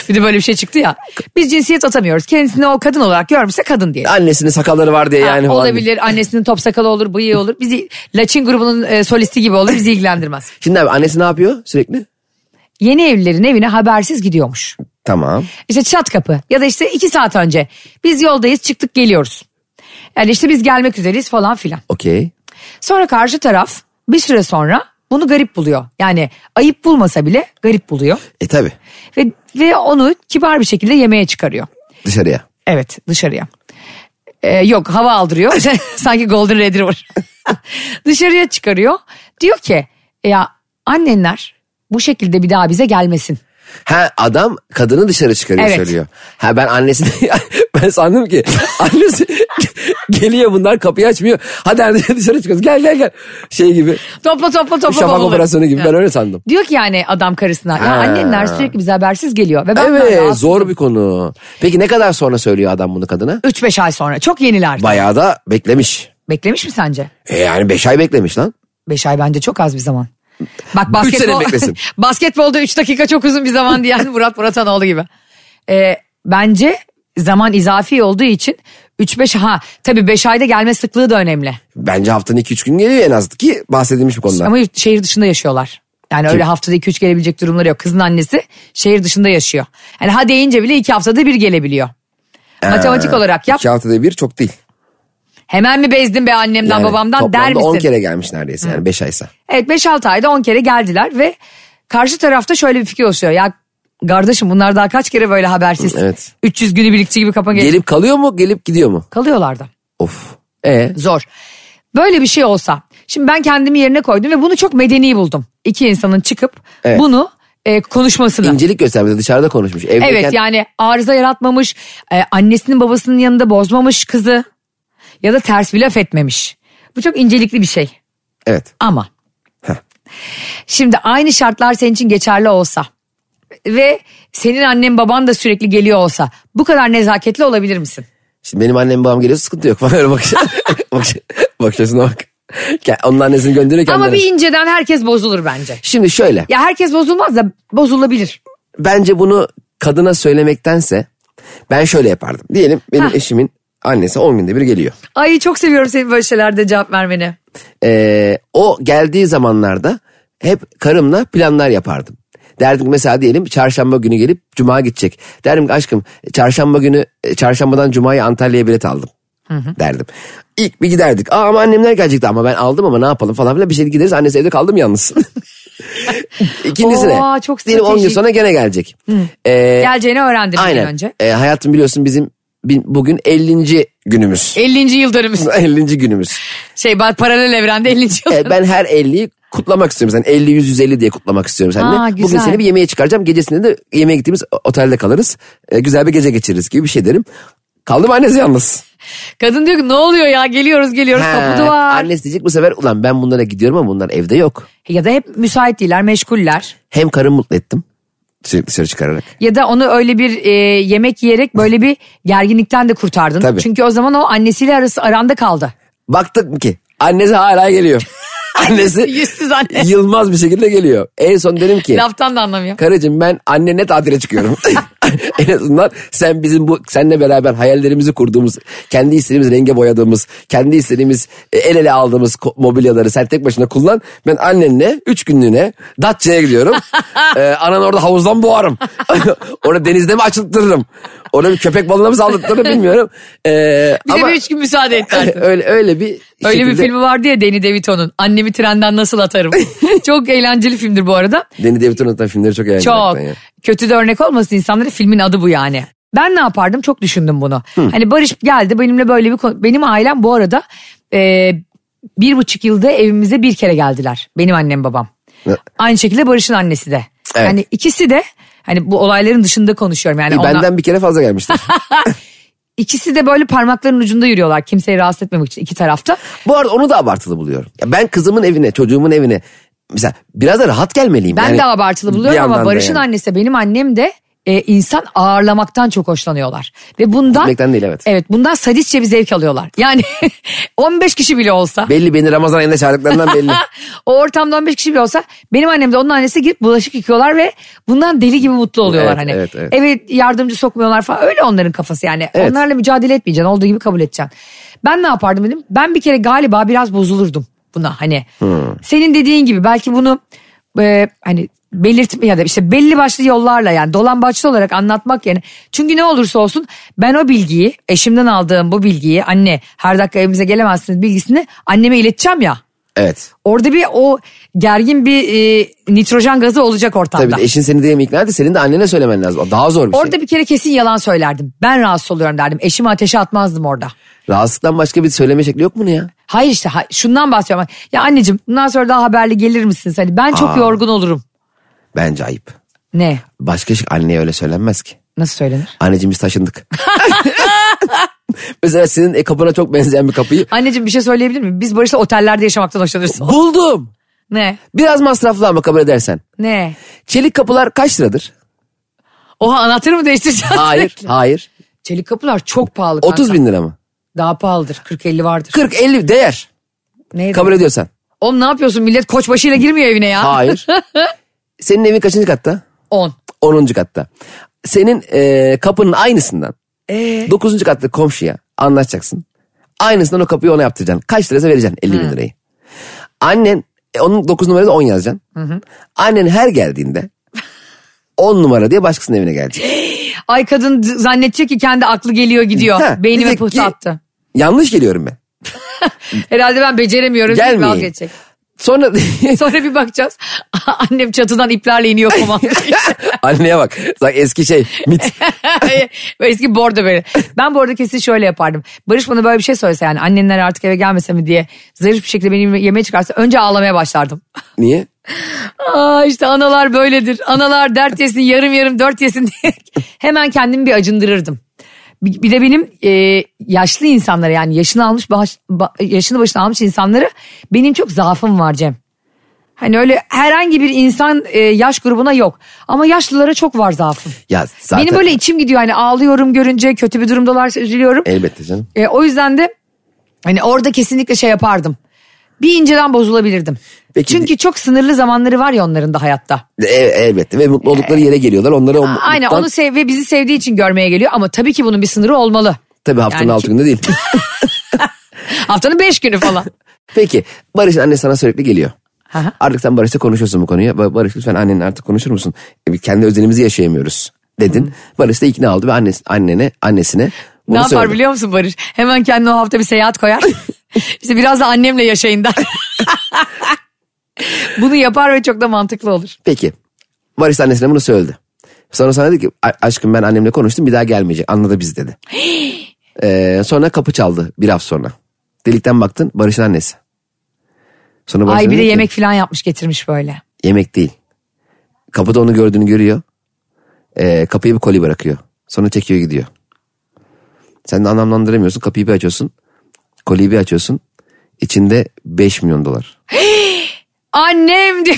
[SPEAKER 2] Bir de böyle bir şey çıktı ya. Biz cinsiyet atamıyoruz. Kendisini o kadın olarak görmüşse kadın diye.
[SPEAKER 3] Annesinin sakalları var diye Ah, yani. falan.
[SPEAKER 2] olabilir. Annesinin top sakalı olur, bıyığı olur. Bizi Laçin grubunun e, solisti gibi olur. Bizi ilgilendirmez.
[SPEAKER 3] Şimdi abi annesi ne yapıyor sürekli?
[SPEAKER 2] Yeni evlilerin evine habersiz gidiyormuş.
[SPEAKER 3] Tamam.
[SPEAKER 2] İşte çat kapı ya da işte iki saat önce. Biz yoldayız çıktık geliyoruz. Yani işte biz gelmek üzereyiz falan filan.
[SPEAKER 3] Okey.
[SPEAKER 2] Sonra karşı taraf bir süre sonra bunu garip buluyor. Yani ayıp bulmasa bile garip buluyor.
[SPEAKER 3] E tabi
[SPEAKER 2] Ve, ve onu kibar bir şekilde yemeğe çıkarıyor.
[SPEAKER 3] dışarıya.
[SPEAKER 2] Evet dışarıya. Ee, yok hava aldırıyor. Sanki Golden Retriever. dışarıya çıkarıyor. Diyor ki ya annenler bu şekilde bir daha bize gelmesin.
[SPEAKER 3] Ha adam kadını dışarı çıkarıyor
[SPEAKER 2] Evet.
[SPEAKER 3] söylüyor. Ha ben annesini ben sandım ki annesi geliyor bunlar kapıyı açmıyor. Hadi anne dışarı çıkıyoruz gel gel gel. Şey gibi
[SPEAKER 2] Topla topla topla.
[SPEAKER 3] şafak
[SPEAKER 2] bavulu.
[SPEAKER 3] operasyonu gibi
[SPEAKER 2] Ya.
[SPEAKER 3] ben öyle sandım.
[SPEAKER 2] Diyor ki yani adam karısına ya
[SPEAKER 3] Ha.
[SPEAKER 2] annenler sürekli bize habersiz geliyor. Ve ben
[SPEAKER 3] Evet zor bir konu. Peki ne kadar sonra söylüyor adam bunu kadına?
[SPEAKER 2] 3-5 ay sonra çok yeniler.
[SPEAKER 3] Bayağı da beklemiş.
[SPEAKER 2] Beklemiş mi sence?
[SPEAKER 3] E yani 5 ay beklemiş lan.
[SPEAKER 2] 5 ay bence çok az bir zaman. Bak
[SPEAKER 3] Üç sene
[SPEAKER 2] basketbol,
[SPEAKER 3] beklesin.
[SPEAKER 2] basketbolda 3 dakika çok uzun bir zaman diyen Murat Muratanoğlu gibi. Ee, bence zaman izafi olduğu için 3-5 ha tabii 5 ayda gelme sıklığı da önemli.
[SPEAKER 3] Bence haftanın 2-3 gün geliyor en az ki bahsedilmiş bu konuda.
[SPEAKER 2] Ama yurt- şehir dışında yaşıyorlar. Yani öyle haftada 2-3 gelebilecek durumları yok. Kızın annesi şehir dışında yaşıyor. Yani ha deyince bile 2 haftada bir gelebiliyor.
[SPEAKER 3] Ee,
[SPEAKER 2] Matematik olarak yap.
[SPEAKER 3] İki haftada bir çok değil.
[SPEAKER 2] Hemen mi bezdin be annemden
[SPEAKER 3] Yani
[SPEAKER 2] babamdan
[SPEAKER 3] toplamda
[SPEAKER 2] der misin?
[SPEAKER 3] 10 kere gelmiş neredeyse yani 5 aysa.
[SPEAKER 2] Evet 5-6 ayda 10 kere geldiler ve karşı tarafta şöyle bir fikir oluşuyor. Ya kardeşim bunlar daha kaç kere böyle habersiz.
[SPEAKER 3] Evet.
[SPEAKER 2] 300 günü birlikçi gibi kapan gelip
[SPEAKER 3] Gelip kalıyor mu gelip gidiyor mu?
[SPEAKER 2] kalıyorlardı.
[SPEAKER 3] Of. E
[SPEAKER 2] Zor. Böyle bir şey olsa. Şimdi ben kendimi yerine koydum ve bunu çok medeni buldum. İki insanın çıkıp
[SPEAKER 3] Evet.
[SPEAKER 2] bunu e, konuşmasını.
[SPEAKER 3] incelik göstermedi dışarıda konuşmuş. Evdeyken
[SPEAKER 2] Evet yani arıza yaratmamış, e, annesinin babasının yanında bozmamış kızı ya da ters bir laf etmemiş. Bu çok incelikli bir şey.
[SPEAKER 3] Evet.
[SPEAKER 2] Ama
[SPEAKER 3] Heh.
[SPEAKER 2] şimdi aynı şartlar senin için geçerli olsa ve senin annen baban da sürekli geliyor olsa bu kadar nezaketli olabilir misin?
[SPEAKER 3] Şimdi benim annem babam geliyor sıkıntı yok. Bana öyle bakış. bakış bakışına bak. Ke- Onun annesini gönderiyor
[SPEAKER 2] Ama
[SPEAKER 3] kendine.
[SPEAKER 2] bir inceden herkes bozulur bence.
[SPEAKER 3] Şimdi şöyle.
[SPEAKER 2] Ya herkes bozulmaz da bozulabilir.
[SPEAKER 3] Bence bunu kadına söylemektense ben şöyle yapardım. Diyelim benim
[SPEAKER 2] Hah.
[SPEAKER 3] eşimin annesi 10 günde bir geliyor.
[SPEAKER 2] Ay çok seviyorum senin böyle şeylerde cevap vermeni.
[SPEAKER 3] Ee, o geldiği zamanlarda hep karımla planlar yapardım. Derdim ki mesela diyelim çarşamba günü gelip cuma gidecek. Derdim ki aşkım çarşamba günü e, çarşambadan cumaya Antalya'ya bilet aldım. Derdim. İlk bir giderdik. Aa ama annemler gelecekti ama ben aldım ama ne yapalım falan filan bir şey gideriz. Annesi evde kaldım yalnız. İkincisine.
[SPEAKER 2] Oo, çok
[SPEAKER 3] diyelim 10 gün
[SPEAKER 2] stratejik.
[SPEAKER 3] sonra gene gelecek. Ee,
[SPEAKER 2] Geleceğini öğrendim bir gün
[SPEAKER 3] aynen.
[SPEAKER 2] önce.
[SPEAKER 3] Ee, hayatım biliyorsun bizim bin- bugün 50. günümüz.
[SPEAKER 2] 50. yıl dönümümüz.
[SPEAKER 3] 50. günümüz.
[SPEAKER 2] Şey ben paralel evrende 50. yıl
[SPEAKER 3] E, ben her 50'yi kutlamak istiyorum sen 50 100 150 diye kutlamak istiyorum seninle.
[SPEAKER 2] Aa,
[SPEAKER 3] Bugün
[SPEAKER 2] güzel.
[SPEAKER 3] seni bir yemeğe çıkaracağım. Gecesinde de yemeğe gittiğimiz otelde kalırız. E, güzel bir gece geçiririz gibi bir şey derim. Kaldım annesi yalnız.
[SPEAKER 2] Kadın diyor ki ne oluyor ya geliyoruz geliyoruz
[SPEAKER 3] Ha,
[SPEAKER 2] kapı duvar.
[SPEAKER 3] Annesi diyecek bu sefer ulan ben bunlara gidiyorum ama bunlar evde yok.
[SPEAKER 2] Ya da hep müsait değiller meşguller.
[SPEAKER 3] Hem karımı mutlu ettim. Sürekli dışarı çıkararak.
[SPEAKER 2] Ya da onu öyle bir e, yemek yiyerek böyle bir gerginlikten de kurtardın.
[SPEAKER 3] Tabii.
[SPEAKER 2] Çünkü o zaman o annesiyle arası aranda kaldı.
[SPEAKER 3] Baktık mı ki annesi hala geliyor. annesi
[SPEAKER 2] Yüzsüz anne.
[SPEAKER 3] yılmaz bir şekilde geliyor. En son dedim ki.
[SPEAKER 2] Laftan da anlamıyor.
[SPEAKER 3] Karıcığım ben annenle tatile çıkıyorum. en azından sen bizim bu seninle beraber hayallerimizi kurduğumuz, kendi istediğimiz renge boyadığımız, kendi istediğimiz e, el ele aldığımız ko- mobilyaları sen tek başına kullan. Ben annenle üç günlüğüne Datça'ya gidiyorum. ee, anan orada havuzdan boğarım. orada denizde mi açıltırırım? Orada bir köpek balığına mı saldırtırım bilmiyorum. Ee,
[SPEAKER 2] Bize
[SPEAKER 3] ama
[SPEAKER 2] bir üç gün müsaade etti artık.
[SPEAKER 3] öyle, öyle bir
[SPEAKER 2] Öyle bir
[SPEAKER 3] şekilde-
[SPEAKER 2] filmi vardı ya Danny DeVito'nun. Annemi trenden nasıl atarım. çok eğlenceli filmdir bu arada.
[SPEAKER 3] Danny DeVito'nun zaten filmleri çok eğlenceli.
[SPEAKER 2] Çok.
[SPEAKER 3] hakikaten ya.
[SPEAKER 2] Kötü de örnek olmasın insanlara filmin adı bu yani. Ben ne yapardım çok düşündüm bunu. Hani Barış geldi benimle böyle bir konu. Benim ailem bu arada e, bir buçuk yılda evimize bir kere geldiler. Benim annem babam.
[SPEAKER 3] Ne-
[SPEAKER 2] Aynı şekilde Barış'ın annesi de.
[SPEAKER 3] Evet.
[SPEAKER 2] Yani ikisi de hani bu olayların dışında konuşuyorum. Yani
[SPEAKER 3] İyi,
[SPEAKER 2] onlar-
[SPEAKER 3] Benden bir kere fazla gelmiştir.
[SPEAKER 2] ikisi de böyle parmakların ucunda yürüyorlar. Kimseyi rahatsız etmemek için iki tarafta.
[SPEAKER 3] Bu arada onu da abartılı buluyorum. Ya ben kızımın evine, çocuğumun evine mesela biraz da rahat gelmeliyim.
[SPEAKER 2] Ben
[SPEAKER 3] yani
[SPEAKER 2] de abartılı
[SPEAKER 3] bir
[SPEAKER 2] buluyorum
[SPEAKER 3] yandan
[SPEAKER 2] ama
[SPEAKER 3] da
[SPEAKER 2] Barış'ın
[SPEAKER 3] yani.
[SPEAKER 2] annesi de benim annem de e, insan ağırlamaktan çok hoşlanıyorlar. Ve bundan
[SPEAKER 3] Gitmekten değil, evet.
[SPEAKER 2] Evet bundan sadistçe bir zevk alıyorlar. Yani 15 kişi bile olsa
[SPEAKER 3] Belli beni Ramazan ayında çağırdıklarından belli.
[SPEAKER 2] o ortamda 15 kişi bile olsa benim annem de onun annesi girip bulaşık yıkıyorlar ve bundan deli gibi mutlu oluyorlar
[SPEAKER 3] Evet,
[SPEAKER 2] hani.
[SPEAKER 3] evet, evet.
[SPEAKER 2] Eve yardımcı sokmuyorlar falan öyle onların kafası yani.
[SPEAKER 3] Evet.
[SPEAKER 2] Onlarla mücadele etmeyeceksin olduğu gibi kabul edeceksin. Ben ne yapardım dedim. Ben bir kere galiba biraz bozulurdum buna hani.
[SPEAKER 3] Hmm.
[SPEAKER 2] Senin dediğin gibi belki bunu e, hani belirtme ya da işte belli başlı yollarla yani dolambaçlı olarak anlatmak yani. Çünkü ne olursa olsun ben o bilgiyi eşimden aldığım bu bilgiyi anne her dakika evimize gelemezsiniz bilgisini anneme ileteceğim ya.
[SPEAKER 3] Evet.
[SPEAKER 2] Orada bir o gergin bir e, nitrojen gazı olacak ortamda.
[SPEAKER 3] Tabii de eşin seni diye mi ikna etti senin de annene söylemen lazım. O Daha zor bir
[SPEAKER 2] Orada
[SPEAKER 3] şey.
[SPEAKER 2] bir kere kesin yalan söylerdim. Ben rahatsız oluyorum derdim. Eşimi ateşe atmazdım orada.
[SPEAKER 3] Rahatsızlıktan başka bir söyleme şekli yok mu ne ya?
[SPEAKER 2] Hayır işte ha- şundan bahsediyorum. Ya anneciğim bundan sonra daha haberli gelir misiniz? Hani ben çok yorgun olurum.
[SPEAKER 3] Bence ayıp.
[SPEAKER 2] Ne?
[SPEAKER 3] Başka şey anneye öyle söylenmez ki.
[SPEAKER 2] Nasıl söylenir?
[SPEAKER 3] Anneciğim biz taşındık. Mesela senin e, kapına çok benzeyen bir kapıyı
[SPEAKER 2] Anneciğim bir şey söyleyebilir miyim? Biz Barış'la otellerde yaşamaktan hoşlanırız.
[SPEAKER 3] buldum.
[SPEAKER 2] ne?
[SPEAKER 3] Biraz masraflı ama kabul edersen.
[SPEAKER 2] Ne?
[SPEAKER 3] Çelik kapılar kaç liradır?
[SPEAKER 2] Oha anahtarı mı değiştireceğiz?
[SPEAKER 3] Hayır,
[SPEAKER 2] sürekli?
[SPEAKER 3] hayır.
[SPEAKER 2] Çelik kapılar çok pahalı. kanka.
[SPEAKER 3] 30 bin lira mı?
[SPEAKER 2] Daha pahalıdır. 40-50 vardır.
[SPEAKER 3] 40-50 değer.
[SPEAKER 2] Neydi?
[SPEAKER 3] Kabul ediyorsan.
[SPEAKER 2] Oğlum ne yapıyorsun? Millet koçbaşıyla girmiyor evine ya.
[SPEAKER 3] Hayır. Senin evin kaçıncı katta?
[SPEAKER 2] 10.
[SPEAKER 3] 10. katta. Senin e, kapının aynısından
[SPEAKER 2] Ee?
[SPEAKER 3] 9. katta komşuya anlatacaksın. Aynısından o kapıyı ona yaptıracaksın. Kaç lirası vereceksin 50 bin lirayı. Annen e, onun 9 numarası 10 yazacaksın. Annen her geldiğinde 10 numara diye başkasının evine gelecek.
[SPEAKER 2] Ay kadın z- zannedecek ki kendi aklı geliyor gidiyor.
[SPEAKER 3] Ha,
[SPEAKER 2] Beynime
[SPEAKER 3] diyecek
[SPEAKER 2] pıhtı
[SPEAKER 3] ki,
[SPEAKER 2] attı.
[SPEAKER 3] Yanlış geliyorum ben.
[SPEAKER 2] Herhalde ben beceremiyorum. deyip
[SPEAKER 3] Gelmeyin.
[SPEAKER 2] Vazgeçecek.
[SPEAKER 3] Sonra
[SPEAKER 2] Sonra bir bakacağız. Annem çatıdan iplerle iniyor komando.
[SPEAKER 3] anneye bak. Sanki eski şey mit.
[SPEAKER 2] Böyle Eski bordo böyle. Ben bu arada kesin şöyle yapardım. Barış bana böyle bir şey söylese yani annenler artık eve gelmese mi diye zarif bir şekilde beni yemeğe çıkarsa önce ağlamaya başlardım.
[SPEAKER 3] Niye?
[SPEAKER 2] Aa işte analar böyledir. Analar dert yesin yarım yarım dört yesin diye hemen kendimi bir acındırırdım. Bir, bir de benim e, yaşlı insanlara yani yaşını almış baş- ba- yaşını başına almış insanlara benim çok zaafım var Cem. Hani öyle herhangi bir insan e, yaş grubuna yok. Ama yaşlılara çok var zaafım.
[SPEAKER 3] Ya zaten.
[SPEAKER 2] Benim böyle içim gidiyor hani ağlıyorum görünce kötü bir durumdalarsa üzülüyorum.
[SPEAKER 3] Elbette canım.
[SPEAKER 2] E, o yüzden de hani orada kesinlikle şey yapardım. Bir inceden bozulabilirdim.
[SPEAKER 3] Peki,
[SPEAKER 2] Çünkü çok sınırlı zamanları var ya onların da hayatta.
[SPEAKER 3] E, elbette ve mutlu oldukları yere geliyorlar. Onlara o
[SPEAKER 2] Aynen
[SPEAKER 3] mutluluktan-
[SPEAKER 2] onu sev ve bizi sevdiği için görmeye geliyor ama tabii ki bunun bir sınırı olmalı.
[SPEAKER 3] Tabii haftanın
[SPEAKER 2] Yani
[SPEAKER 3] altı günde değil.
[SPEAKER 2] Haftanın beş günü falan.
[SPEAKER 3] Peki Barış'ın annesi sana sürekli geliyor.
[SPEAKER 2] Hı hı.
[SPEAKER 3] Artık sen Barış'la konuşuyorsun bu konuyu. Ba- Barış lütfen annenle artık konuşur musun? E, biz kendi özelimizi yaşayamıyoruz dedin. Barış da ikna oldu ve annesi, annene, annesine bunu
[SPEAKER 2] ne yapar
[SPEAKER 3] söyledi.
[SPEAKER 2] biliyor musun Barış? Hemen kendine o hafta bir seyahat koyar. işte biraz da annemle yaşayın der. Bunu yapar ve çok da mantıklı olur.
[SPEAKER 3] Peki Barış da annesine bunu söyledi. Sonra sana dedi ki "A- aşkım ben annemle konuştum bir daha gelmeyecek anladı biz dedi. Ee, sonra kapı çaldı bir hafta sonra. Delikten baktın Barış'ın annesi. Sonra Barış
[SPEAKER 2] Ay bir
[SPEAKER 3] dedi
[SPEAKER 2] de
[SPEAKER 3] ki,
[SPEAKER 2] yemek falan yapmış getirmiş böyle.
[SPEAKER 3] Yemek değil. Kapıda onu gördüğünü görüyor. Ee, kapıyı bir koli bırakıyor. Sonra çekiyor gidiyor. Sen de anlamlandıramıyorsun. Kapıyı bir açıyorsun. Koliyi bir açıyorsun. İçinde 5 milyon dolar.
[SPEAKER 2] Annem diye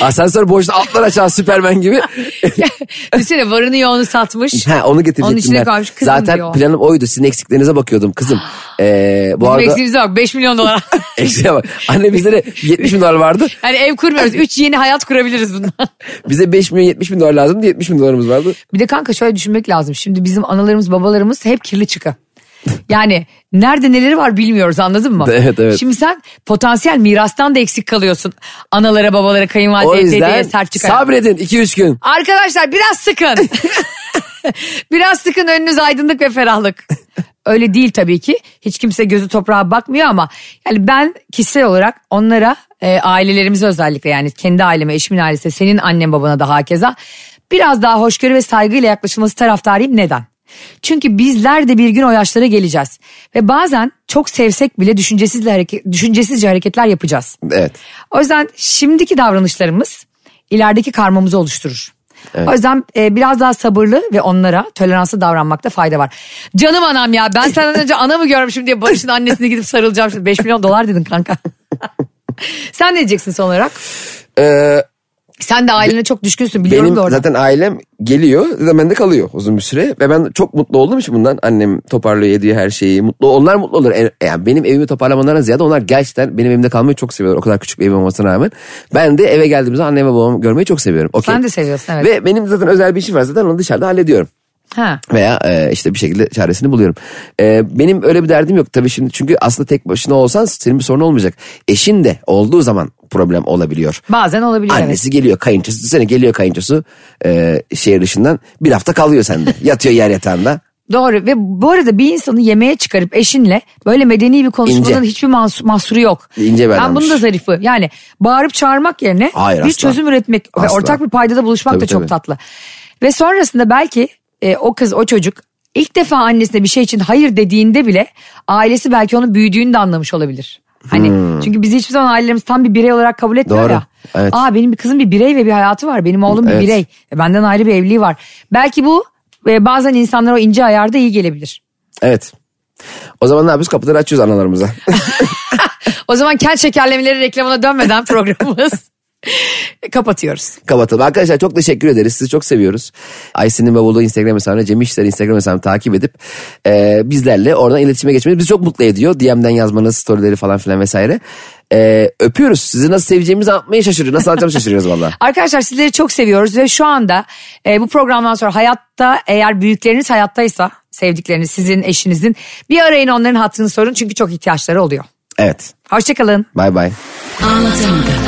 [SPEAKER 3] Asansör boşta atlar aşağı Süpermen gibi.
[SPEAKER 2] Düşünsene varını yoğunu satmış.
[SPEAKER 3] ha, onu getirecektim
[SPEAKER 2] Onun içine
[SPEAKER 3] ben.
[SPEAKER 2] koymuş, kızım
[SPEAKER 3] Zaten
[SPEAKER 2] diyor.
[SPEAKER 3] planım oydu. Sizin eksiklerinize bakıyordum kızım. Ee, bu
[SPEAKER 2] Bizim
[SPEAKER 3] arada
[SPEAKER 2] eksiğimize bak 5 milyon dolar.
[SPEAKER 3] eksiğe bak. Anne bizde de 70 bin dolar vardı.
[SPEAKER 2] Hani ev kurmuyoruz. 3 yeni hayat kurabiliriz bundan.
[SPEAKER 3] Bize 5 milyon 70 bin dolar lazımdı. 70 bin dolarımız vardı.
[SPEAKER 2] Bir de kanka şöyle düşünmek lazım. Şimdi bizim analarımız babalarımız hep kirli çıkı. Yani nerede neleri var bilmiyoruz anladın mı?
[SPEAKER 3] Evet, evet.
[SPEAKER 2] Şimdi sen potansiyel mirastan da eksik kalıyorsun. Analara babalara
[SPEAKER 3] O
[SPEAKER 2] kayınvalideye dedeye
[SPEAKER 3] yüzden
[SPEAKER 2] sert çıkar.
[SPEAKER 3] sabredin 2-3 gün.
[SPEAKER 2] Arkadaşlar biraz sıkın. biraz sıkın önünüz aydınlık ve ferahlık. Öyle değil tabii ki. Hiç kimse gözü toprağa bakmıyor ama yani ben kişisel olarak onlara e, ailelerimize özellikle yani kendi aileme, eşimin ailesi, senin annen babana da hakeza biraz daha hoşgörü ve saygıyla yaklaşılması taraftarıyım. Neden? Çünkü bizler de bir gün o yaşlara geleceğiz ve bazen çok sevsek bile düşüncesizle hareket, düşüncesizce hareketler yapacağız.
[SPEAKER 3] Evet.
[SPEAKER 2] O yüzden şimdiki davranışlarımız ilerideki karmamızı oluşturur. O yüzden e, biraz daha sabırlı ve onlara toleranslı davranmakta fayda var. Canım anam ya ben senden önce ana mı görmüşüm diye Barış'ın annesine gidip sarılacağım şimdi. 5 milyon dolar dedin kanka. Sen ne diyeceksin son olarak?
[SPEAKER 3] Ee,
[SPEAKER 2] Sen de ailene çok düşkünsün biliyorum
[SPEAKER 3] Benim
[SPEAKER 2] da orada.
[SPEAKER 3] zaten ailem geliyor zaten bende kalıyor uzun bir süre ve ben çok mutlu oldum için bundan annem toparlıyor ediyor her şeyi mutlu onlar mutlu olur E, yani benim evimi toparlamalarına ziyade onlar gerçekten benim evimde kalmayı çok seviyorlar o kadar küçük bir evim olmasına rağmen ben de eve geldiğimizde annemi babamı görmeyi çok seviyorum Okey.
[SPEAKER 2] Sen de seviyorsun, evet.
[SPEAKER 3] ve benim zaten özel bir işim var zaten onu dışarıda hallediyorum
[SPEAKER 2] Ha.
[SPEAKER 3] veya e, işte bir şekilde çaresini buluyorum. E, benim öyle bir derdim yok tabii şimdi çünkü aslında tek başına olsan senin bir sorun olmayacak. Eşin de olduğu zaman problem olabiliyor.
[SPEAKER 2] Bazen olabiliyor. evet.
[SPEAKER 3] Annesi geliyor kayınçosu sene geliyor kayınçosu e, şehir dışından bir hafta kalıyor sende. Yatıyor yer yatağında.
[SPEAKER 2] Doğru ve bu arada bir insanı yemeğe çıkarıp eşinle böyle medeni bir konuşmanın
[SPEAKER 3] İnce.
[SPEAKER 2] hiçbir mahsu- mahsuru yok.
[SPEAKER 3] İnce bir
[SPEAKER 2] ben
[SPEAKER 3] adammış.
[SPEAKER 2] bunu da zarifi yani bağırıp çağırmak yerine
[SPEAKER 3] Hayır,
[SPEAKER 2] bir
[SPEAKER 3] asla.
[SPEAKER 2] çözüm üretmek ve
[SPEAKER 3] Asla.
[SPEAKER 2] ortak bir paydada buluşmak
[SPEAKER 3] Tabii,
[SPEAKER 2] da çok
[SPEAKER 3] tabii.
[SPEAKER 2] tatlı. Ve sonrasında belki e, o kız o çocuk ilk defa annesine bir şey için hayır dediğinde bile ailesi belki onun büyüdüğünü de anlamış olabilir. Hani çünkü bizi hiçbir zaman ailelerimiz tam bir birey olarak kabul etmiyor
[SPEAKER 3] Hmm. Doğru,
[SPEAKER 2] ya.
[SPEAKER 3] evet.
[SPEAKER 2] Aa benim bir kızım bir birey ve bir hayatı var. Benim oğlum bir
[SPEAKER 3] Evet.
[SPEAKER 2] birey. E, Benden ayrı bir evliliği var. Belki bu e, bazen insanlara o ince ayarda iyi gelebilir.
[SPEAKER 3] Evet. O zaman ne yapıyoruz? Kapıları açıyoruz analarımıza.
[SPEAKER 2] O zaman kent şekerlemeleri reklamına dönmeden programımız kapatıyoruz.
[SPEAKER 3] kapatalım. Arkadaşlar çok teşekkür ederiz. Sizi çok seviyoruz. Aysin'in bavulu Instagram hesabına Cem İşler Instagram hesabını takip edip e, bizlerle oradan iletişime geçmeniz bizi çok mutlu ediyor. DM'den yazmanız, storyleri falan filan vesaire. E, öpüyoruz. Sizi nasıl seveceğimizi atmayı şaşırıyoruz. Nasıl atacağımızı şaşırıyoruz valla.
[SPEAKER 2] Arkadaşlar sizleri çok seviyoruz ve şu anda e, bu programdan sonra hayatta eğer büyükleriniz hayattaysa sevdikleriniz sizin eşinizin bir arayın onların hatrını sorun çünkü çok ihtiyaçları oluyor.
[SPEAKER 3] Evet.
[SPEAKER 2] Hoşçakalın.
[SPEAKER 3] Bay bay.
[SPEAKER 4] Anlatamadım.